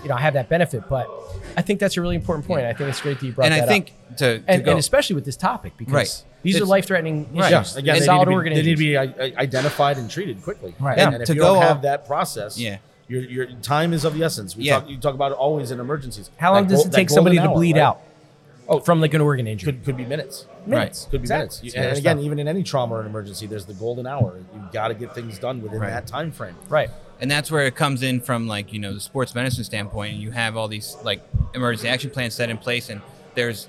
S4: you know, I have that benefit. But I think that's a really important point. I think it's great that you brought
S1: and
S4: that
S1: I
S4: up.
S1: think to, to
S4: and,
S1: go
S4: and especially with this topic because
S1: Right.
S4: these are
S1: It's-
S4: life threatening issues.
S1: Right.
S5: Yeah,
S1: Yes.
S5: again,
S4: And
S5: they
S4: solid
S5: need, to be,
S4: organ
S5: they need to
S4: injuries.
S5: be i- i- identified and treated quickly.
S2: Right.
S5: And,
S1: And
S5: if
S1: to
S5: you don't
S1: go
S5: have
S1: off-
S5: that process,
S1: Yeah.
S5: your, your time is of the essence. We
S1: Yeah.
S5: talk, you talk about it always in emergencies.
S4: How long
S5: That
S4: does
S5: gol-
S4: it
S5: that
S4: take somebody
S5: golden
S4: to
S5: hour,
S4: bleed
S5: right? Oh.
S4: out from like an organ injury?
S5: Could, could be minutes.
S4: Minutes.
S5: Right. Could be
S4: Exactly.
S5: minutes. You-
S4: It's
S5: and
S4: gotta
S5: again,
S4: stop.
S5: even in any trauma or an emergency, there's the golden hour. You've got to get things done within
S1: Right.
S5: that time frame.
S4: right.
S1: and that's where it comes in from like you know the sports medicine standpoint and you have all these like emergency action plans set in place and there's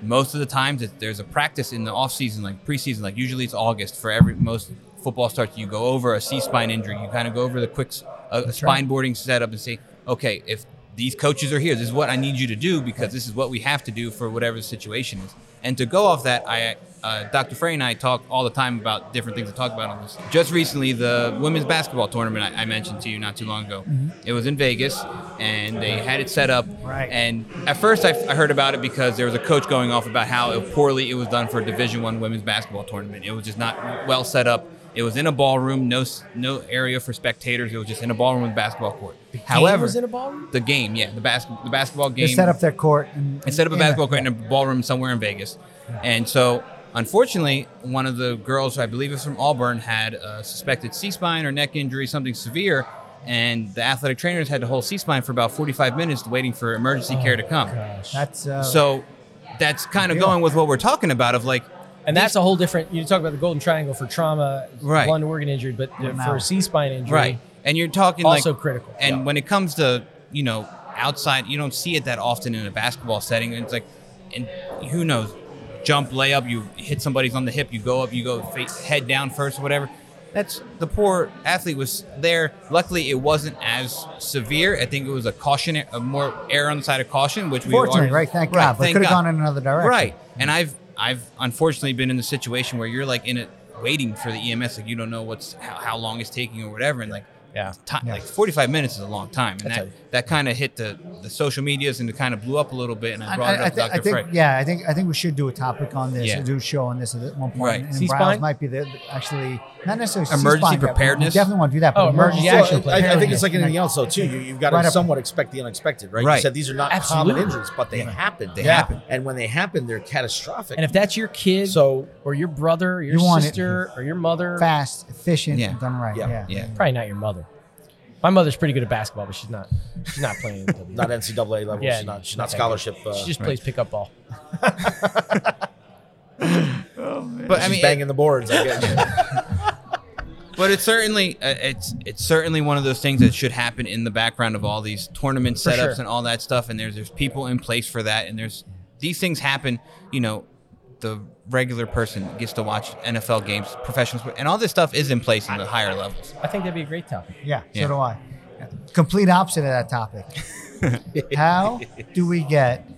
S1: most of the times that there's a practice in the off season like preseason like usually it's august for every most football starts you go over a c-spine injury you kind of go over the quick s- a, a spine boarding setup and say okay if these coaches are here this is what i need you to do because this is what we have to do for whatever the situation is and to go off that i uh, Dr. Frey and I talk all the time about different things to talk about on this. Just recently, the women's basketball tournament I, I mentioned to you not too long ago,
S4: Mm-hmm.
S1: it was in Vegas, and they had it set up.
S2: Right.
S1: And at first, I, f- I heard about it because there was a coach going off about how it- poorly it was done for a Division One women's basketball tournament. It was just not well set up. It was in a ballroom, no s- no area for spectators. It was just in a ballroom with a basketball court. However,
S4: was in a ballroom?
S1: the game, yeah, the basketball the basketball game
S2: They set up their court and,
S1: and set up a
S2: and-
S1: basketball court in a ballroom somewhere in Vegas. And so, unfortunately, one of the girls, I believe it was from Auburn, had a suspected C spine or neck injury, something severe. And the athletic trainers had to hold C spine for about 45 minutes waiting for emergency care to
S2: Oh,
S1: come.
S2: That's uh,
S1: So, that's kind of going with what we're talking about of like,
S4: And that's a whole different. You talk about the golden triangle for trauma,
S1: Right.
S4: one organ injury, but uh,
S2: Wow.
S4: for a C spine injury,
S1: right. And you're talking
S4: also
S1: like,
S4: critical.
S1: And
S4: Yeah.
S1: when it comes to you know outside, you don't see it that often in a basketball setting. And it's like, and who knows, jump, layup, you hit somebody's on the hip, you go up, you go face, head down first, or whatever. That's the poor athlete was there. Luckily, it wasn't as severe. I think it was a caution, a more err on the side of caution, which we
S2: fortunately,
S1: already-
S2: right? Thank God. But
S1: thank
S2: could have
S1: God.
S2: gone in another direction.
S1: Right. And I've I've unfortunately been in the situation where you're like in it waiting for the EMS, like you don't know what's how, how long it's taking or whatever, and like
S4: Yeah.
S1: ti-
S2: Yeah.
S1: like 45 minutes is a long time, and
S4: That's
S1: that,
S4: a-
S1: that kind of hit the the social medias and it kind of blew up a little bit, and I
S2: I,
S1: brought it
S2: I- I
S1: up, to
S2: thi- I
S1: Dr.
S2: think,
S1: Frey.
S2: yeah, I think I think we should do a topic on this.
S1: Yeah.
S2: Do a show on this at one point.
S1: Right.
S2: And
S4: C-spine?
S2: Browse might be the the- actually not necessarily
S1: Emergency
S2: C-spine, but we
S1: preparedness?
S2: definitely want to do that.
S4: Oh,
S2: But emergency
S4: emergency
S5: Well,
S4: action
S2: action
S5: I-
S4: plan.
S5: I, think it's like anything else, though, too. You, you've got to
S2: Right up-
S5: somewhat expect the unexpected, right?
S1: Right.
S5: You said these are not
S4: Absolutely.
S5: common injuries, but they happen. They
S1: happen.
S5: And when they happen, they're catastrophic.
S4: and if that's your kid,
S5: so,
S4: or your brother, or your
S2: You want it
S4: sister, or your mother,
S2: fast, efficient,
S1: Yeah.
S2: and done right.
S5: Yeah.
S2: Yeah.
S1: yeah.
S4: probably not your mother. My mother's pretty good at basketball, but she's not. She's not playing. in the W.
S5: not NCAA level.
S4: Yeah,
S5: she's not, she's
S4: not
S5: not
S4: that
S5: scholarship. Uh,
S4: she
S5: she's
S4: just plays pickup ball.
S1: But I mean, it-
S5: banging the boards. I guess.
S1: but it's certainly uh, it's it's certainly one of those things that should happen in the background of all these tournament
S4: For
S1: setups
S4: sure.
S1: and all that stuff and there's there's people in place for that and there's these things happen you know the regular person gets to watch NFL games professional sport and all this stuff is in place in the higher levels
S4: I think that'd be a great topic.
S2: Yeah,
S1: Yeah.
S2: so do I. Complete opposite of that topic. How do we get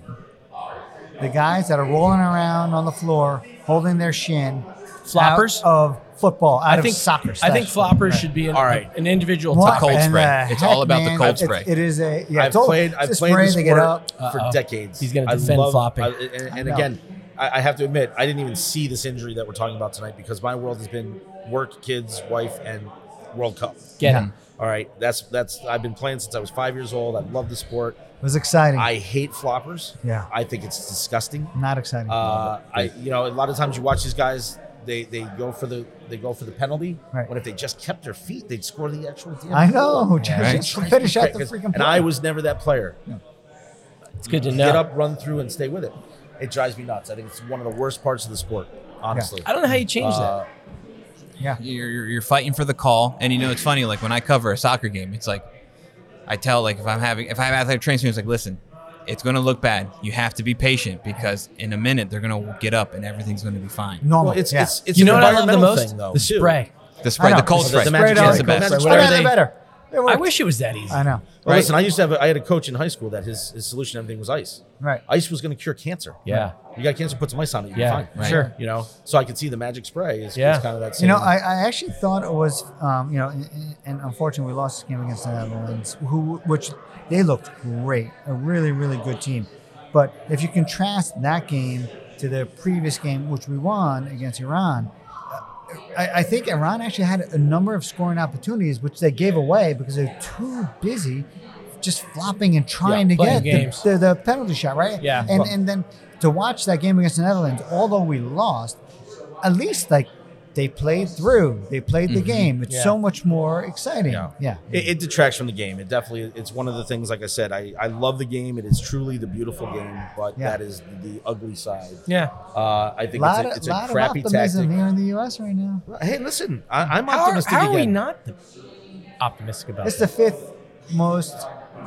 S2: the guys that are rolling around on the floor holding their shin
S4: Floppers?
S2: out of football, out
S4: I think
S2: of soccer?
S4: I think
S2: slash-
S4: floppers should be an,
S5: All right.
S4: an individual
S2: What
S1: cold
S4: topic.
S2: in
S1: spray.
S2: the
S1: It's all
S2: heck,
S1: about the
S2: man?
S1: cold
S2: It's-
S1: spray.
S2: it is a yeah.
S5: I've
S2: it's all-
S5: played. I've
S2: it's a
S5: played
S2: spray
S5: the
S2: to
S5: sport
S2: get up.
S5: for
S4: Uh-oh.
S5: decades.
S4: He's gonna
S5: I
S4: defend
S5: love-
S4: flopping.
S5: I- and and
S2: I know.
S5: again, I, I have to admit, I didn't even see this injury that we're talking about tonight because my world has been work, kids, wife, and World Cup.
S4: Get
S2: Yeah.
S4: him.
S5: All right, that's that's. I've been playing since I was five years old. I love the sport.
S2: It was exciting.
S5: I hate floppers.
S2: Yeah.
S5: I think it's disgusting.
S2: Not exciting.
S5: Uh, I, you know, a lot of times you watch these guys. They, they go for the they go for the penalty.
S2: Right.
S5: When if they just kept their feet, they'd score the actual. Damn
S2: I know.
S5: goal.
S2: Just
S1: right.
S2: just finish out the
S5: Because-
S2: freaking.
S5: and
S2: play.
S5: I was never that player.
S4: It's good to know.
S5: Get up, run through, and stay with it. It drives me nuts. I think it's one of the worst parts of the sport. Honestly,
S4: I don't know how you change
S5: Uh,
S4: that.
S2: yeah.
S1: you're, you're, you're fighting for the call and you know it's funny like when i cover a soccer game it's like i tell like if i'm having if i have athletic training students like listen it's going to look bad you have to be patient because in a minute they're going to get up and everything's going to be fine
S2: Normal.
S5: well, it's,
S2: yeah.
S5: it's it's
S4: you
S5: an
S4: know what I love the
S5: environmental
S4: most?
S5: Thing, though,
S4: the
S5: too.
S4: spray.
S1: the spray
S2: I know.
S1: the cold
S2: It's
S1: spray
S5: the
S2: Spray
S5: magic
S2: it out.
S1: It's the
S5: trick.
S1: best
S5: Magic
S2: Spray it
S5: trick.
S2: out, the better. It
S4: I
S2: worked.
S4: wish it was that easy.
S2: I know.
S5: Well,
S2: right.
S5: listen, I used to have, a, I had a coach in high school that his, his solution to everything was ice.
S2: Right.
S5: Ice was going to cure cancer.
S4: Yeah.
S5: You got cancer, put some ice on it. You're
S4: Yeah,
S5: fine.
S4: right.
S2: Sure.
S5: You know, so I could see the magic spray is,
S4: Yeah.
S5: kind of that same.
S2: You know, I, I actually thought it was, um, you know, and, and unfortunately we lost this game against the Netherlands, who, which they looked great, a really, really good team. But if you contrast that game to the previous game, which we won against Iran, uh, I, I think Iran actually had a number of scoring opportunities, which they gave away because they're too busy just flopping and trying to get
S4: playing
S2: the-
S4: games.
S2: the, the, penalty shot, right?
S4: Yeah.
S2: And, and then to watch that game against the Netherlands, although we lost, at least like they played through, they played the game. It's
S4: Yeah.
S2: so much more exciting.
S5: Mm-hmm. Yeah.
S2: Yeah.
S5: It, it detracts from the game. It definitely. It's one of the things. Like I said, I, I love the game. It is truly the beautiful game, but
S2: Yeah.
S5: that is the ugly side.
S4: Yeah.
S5: Uh, I
S2: A
S5: think
S2: lot,
S5: it's a,
S2: of,
S5: it's
S2: lot
S5: a
S2: of
S5: crappy
S2: optimism
S5: tactic. Oh,
S2: here in the U.S. right now.
S5: Hey, listen, I, I'm
S4: How are,
S5: optimistic
S4: how are we
S5: again.
S4: not the- optimistic about
S2: It's
S4: this?
S2: the fifth most,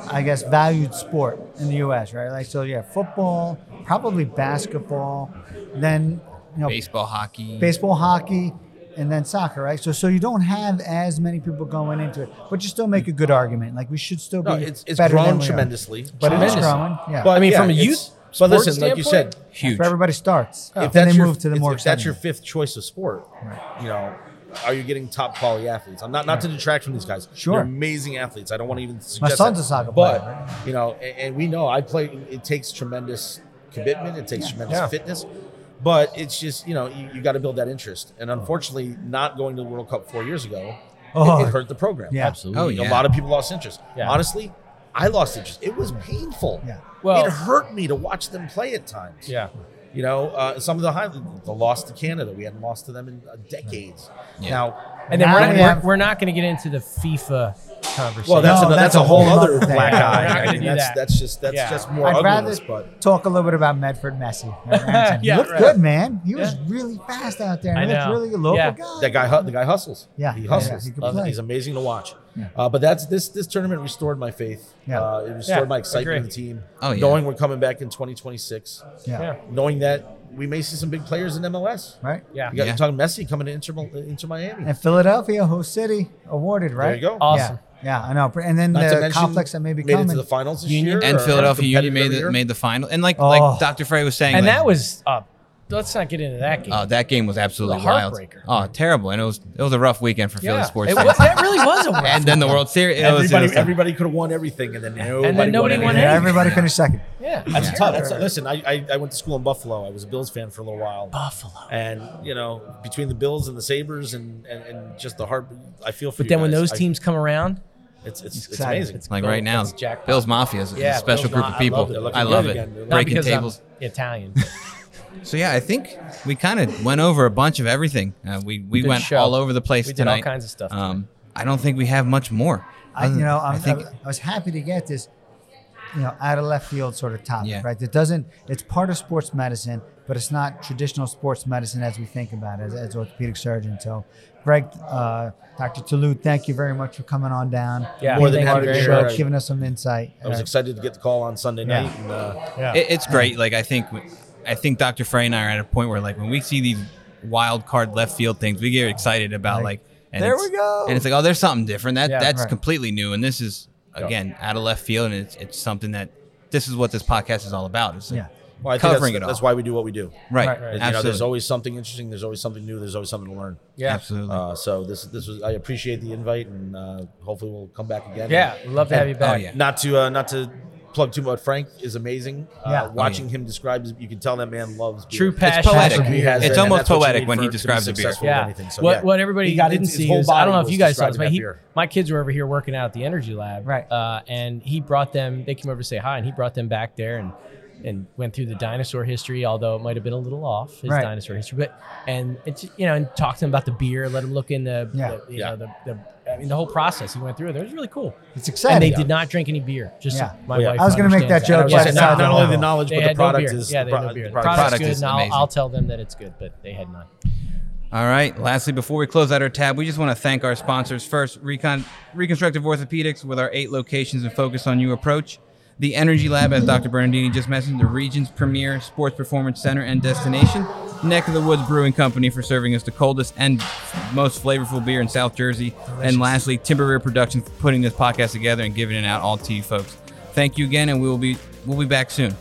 S2: I guess, valued sport in the U.S. Right? Like so, yeah, football, probably basketball, then you know,
S1: Baseball, hockey.
S2: baseball, hockey, and then soccer, right? So, so you don't have as many people going into it, but you still make a good argument. Like we should still be
S5: No, it's it's
S2: better than
S5: grown
S2: we are.
S5: tremendously,
S2: but it's
S4: Tremendous.
S2: growing. Yeah,
S5: But
S4: I mean,
S5: yeah,
S4: from a
S5: it's-
S4: youth
S5: But
S4: sports
S5: listen, like you said,
S4: standpoint?
S1: Huge.
S2: where everybody starts.
S5: if
S2: Oh. then
S5: that's
S2: they
S5: your,
S2: move to the
S5: if,
S2: more
S5: if that's
S2: exciting.
S5: your fifth choice of sport,
S2: Right.
S5: you know, are you getting top quality athletes? I'm not not to detract from these guys.
S2: Sure.
S5: They're amazing athletes. I don't want to even suggest
S2: My son's
S5: that.
S2: a soccer
S5: but
S2: player,
S5: you know, and, and we know I play. It takes tremendous commitment. It takes tremendous
S4: Yeah.
S5: fitness. But it's just you know you, you got to build that interest, and unfortunately, not going to the World Cup four years ago, it-
S2: Oh.
S5: it, hurt the program.
S2: Yeah.
S4: Absolutely.
S1: Oh,
S5: I mean,
S1: yeah.
S5: a lot of people lost interest.
S4: Yeah.
S5: Honestly, I lost interest. It was painful.
S2: Yeah.
S4: Well-
S5: it hurt me to watch them play at times.
S4: Yeah.
S5: You know, uh, some of the high, the loss to Canada, we hadn't lost to them in uh, decades.
S1: Yeah.
S5: Now,
S4: And then
S2: Now
S4: we're,
S2: we
S4: not,
S2: have-
S4: we're, we're not going to get into the FIFA conversation.
S5: well, that's,
S2: No,
S5: a, that's, a whole other
S2: thing.
S5: black
S4: Yeah, we're
S5: eye.
S4: not
S5: I
S4: gonna
S5: mean,
S4: do
S5: that's
S4: that.
S5: that's just that's
S4: Yeah.
S5: just more
S2: I'd rather
S5: ugliness. But
S2: talk a little bit about Medford Messi. Remington.
S4: Yeah,
S2: he looked
S4: right.
S2: good, man. He was really fast out there.
S4: I
S2: And he looked
S4: know.
S2: really good. Local
S4: Yeah.
S2: guy.
S5: that guy, hu- the guy hustles.
S2: Yeah,
S5: he
S2: yeah,
S5: hustles.
S2: he can
S5: Uh,
S2: play.
S5: he's amazing to watch. Uh, but that's this this tournament restored my faith.
S2: Yeah.
S5: Uh, it restored
S4: Yeah,
S5: my excitement in the
S4: agree.
S5: team.
S1: Oh, yeah.
S5: knowing we're coming back in 2026,
S2: Yeah.
S4: yeah.
S5: knowing that we may see some big players in MLS.
S2: Right.
S4: Yeah.
S5: You got
S1: Yeah.
S5: you're talking Messi coming to Inter, uh, Inter Miami.
S2: And Philadelphia, host city, awarded. Right.
S5: There you go.
S4: Awesome.
S2: Yeah. yeah, I know. And then
S5: Not to
S2: the
S5: mention,
S2: complex that may be
S5: made it
S2: coming.
S5: to the finals this
S4: Union
S5: year,
S1: and
S5: or
S1: Philadelphia Union
S5: competitive
S1: made the
S5: year.
S1: made the final, and like
S2: Oh.
S1: like Dr. Frey was saying,
S4: And
S1: like,
S4: that was, uh, let's not get into that game.
S5: Uh,
S1: oh, that game was absolutely
S4: A
S1: wild.
S4: heartbreaker.
S1: Oh, terrible! And it was it was a rough weekend for Philly
S4: yeah.
S1: sports
S4: It
S1: fans.
S4: was, that really was a
S1: and then the World Series. It was, it
S5: Everybody,
S1: was,
S5: everybody could have won everything, and then nobody,
S4: nobody
S5: won
S4: won
S5: anything.
S2: yeah, everybody finished second.
S4: Yeah.
S5: That's tough. That's, listen, I, I, I went to school in Buffalo. I was a Bills fan for a little while.
S4: Buffalo.
S5: And, you know, between the Bills and the Sabres and, and, and just the heart, I feel for
S4: But
S5: you
S4: then when
S5: guys.
S4: those
S5: I-
S4: teams come around,
S5: it's, it's, it's
S2: exciting.
S5: amazing.
S1: like right now,
S4: It's jackpot.
S1: Bill's Mafia is a
S4: Yeah,
S1: special
S4: Bill's
S1: group
S4: Ma-
S1: of
S4: I
S1: people.
S4: love it. They're
S5: looking
S1: I love
S5: good
S1: it.
S5: again. They're
S4: not
S1: Breaking
S4: because um, I'm
S1: tables.
S4: Italian.
S1: So yeah, I think we kind of went over a bunch of everything. Uh, we we
S4: Good
S1: went
S4: show.
S1: all over the place
S4: We did all
S1: tonight.
S4: kinds of stuff
S1: Um, I don't think we have much more.
S2: I, you
S1: Other-
S2: know, I'm,
S1: I
S2: I,
S1: think
S2: I was happy to get this, you know, out of left field sort of topic,
S1: Yeah.
S2: right? That doesn't, it's part of sports medicine, but it's not traditional sports medicine as we think about it as, as orthopedic surgeon. So, Greg, uh, Dr. Touloud, thank you very much for coming on down.
S4: Yeah,
S2: being
S5: More than
S2: part of
S5: happy
S2: the
S5: to
S2: show,
S5: share.
S2: giving us some insight.
S5: I was
S2: Uh,
S5: excited to get the call on Sunday
S2: Yeah.
S5: night. And, uh,
S4: Yeah.
S1: It, it's great. Like I think, I think Dr. Frey and I are at a point where like when we see these wild card left field things, we get excited about like.
S2: Like,
S1: and
S2: there
S1: it's-
S2: we go.
S1: And it's like, oh, there's something different. That
S4: Yeah,
S1: that's
S2: right.
S1: completely new, and this is again out of left field, and it's it's something that this is what this podcast is all about. It's like
S2: Yeah.
S5: well, I think
S1: covering
S5: that's,
S1: it all.
S5: That's why we do what we do.
S1: right,
S4: Right, right.
S5: You
S1: absolutely.
S5: know, there's always something interesting. There's always something new. There's always something to learn.
S4: yeah.
S1: Absolutely.
S5: Uh, so this this was I appreciate the invite and uh, hopefully we'll come back again.
S4: Oh, Yeah. we'd Love to have you back.
S1: yeah.
S5: Not to uh, not to plug too much. Frank is amazing. Uh,
S2: Yeah.
S5: Watching him describe, his- you can tell that man loves beer.
S4: True
S1: it's
S4: passion.
S1: poetic.
S5: He has it,
S1: It's
S5: and
S1: almost
S5: that's what you
S1: poetic
S5: need
S1: when
S5: for
S1: he
S5: it to be
S1: describes the beer.
S5: successful with
S4: Yeah.
S5: anything. So,
S4: what,
S5: yeah.
S4: what everybody
S5: He got
S4: didn't
S5: into-
S4: see
S5: his whole
S4: is, I
S5: body
S4: don't know if
S5: was
S4: you guys saw this,
S5: describing
S4: but he,
S5: that beer.
S4: my kids were over here working out at the energy lab.
S2: Right.
S4: Uh, and he brought them, they came over to say hi, and he brought them back there and and went through the dinosaur history, although it might have been a little off his
S2: Right.
S4: dinosaur history, but and it's you know, and talked to him about the beer, let him look in the,
S2: Yeah.
S4: the you
S5: Yeah.
S4: know, the, the I mean the whole process he went through. That was really cool.
S2: it's
S4: And
S2: exciting.
S4: they did not drink any beer. Just
S2: Yeah.
S4: my
S5: Yeah.
S4: wife.
S2: I was gonna make that
S4: understands
S2: joke,
S4: And I was
S2: but
S4: like,
S5: not,
S2: no,
S5: not only the
S2: no.
S5: knowledge,
S4: they
S5: but the
S4: had no
S5: product
S4: beer.
S5: is
S4: yeah,
S5: the
S4: they had
S5: pro-
S4: no beer. The
S5: product-
S4: product's
S1: product
S4: good,
S1: is
S4: and I'll,
S1: amazing.
S4: I'll tell them that it's good, but they had none.
S1: All right. Lastly, before we close out our tab, we just want to thank our sponsors first Recon- Reconstructive Orthopedics with our eight locations and Focus on You approach. The Energy Lab, as Dr. Bernardini just mentioned, the region's premier sports performance center and destination. Neck of the Woods Brewing Company for serving us the coldest and most flavorful beer in South Jersey. And lastly, Timber Rear Production for putting this podcast together and giving it out all to you folks. Thank you again, and we will be we'll be back soon.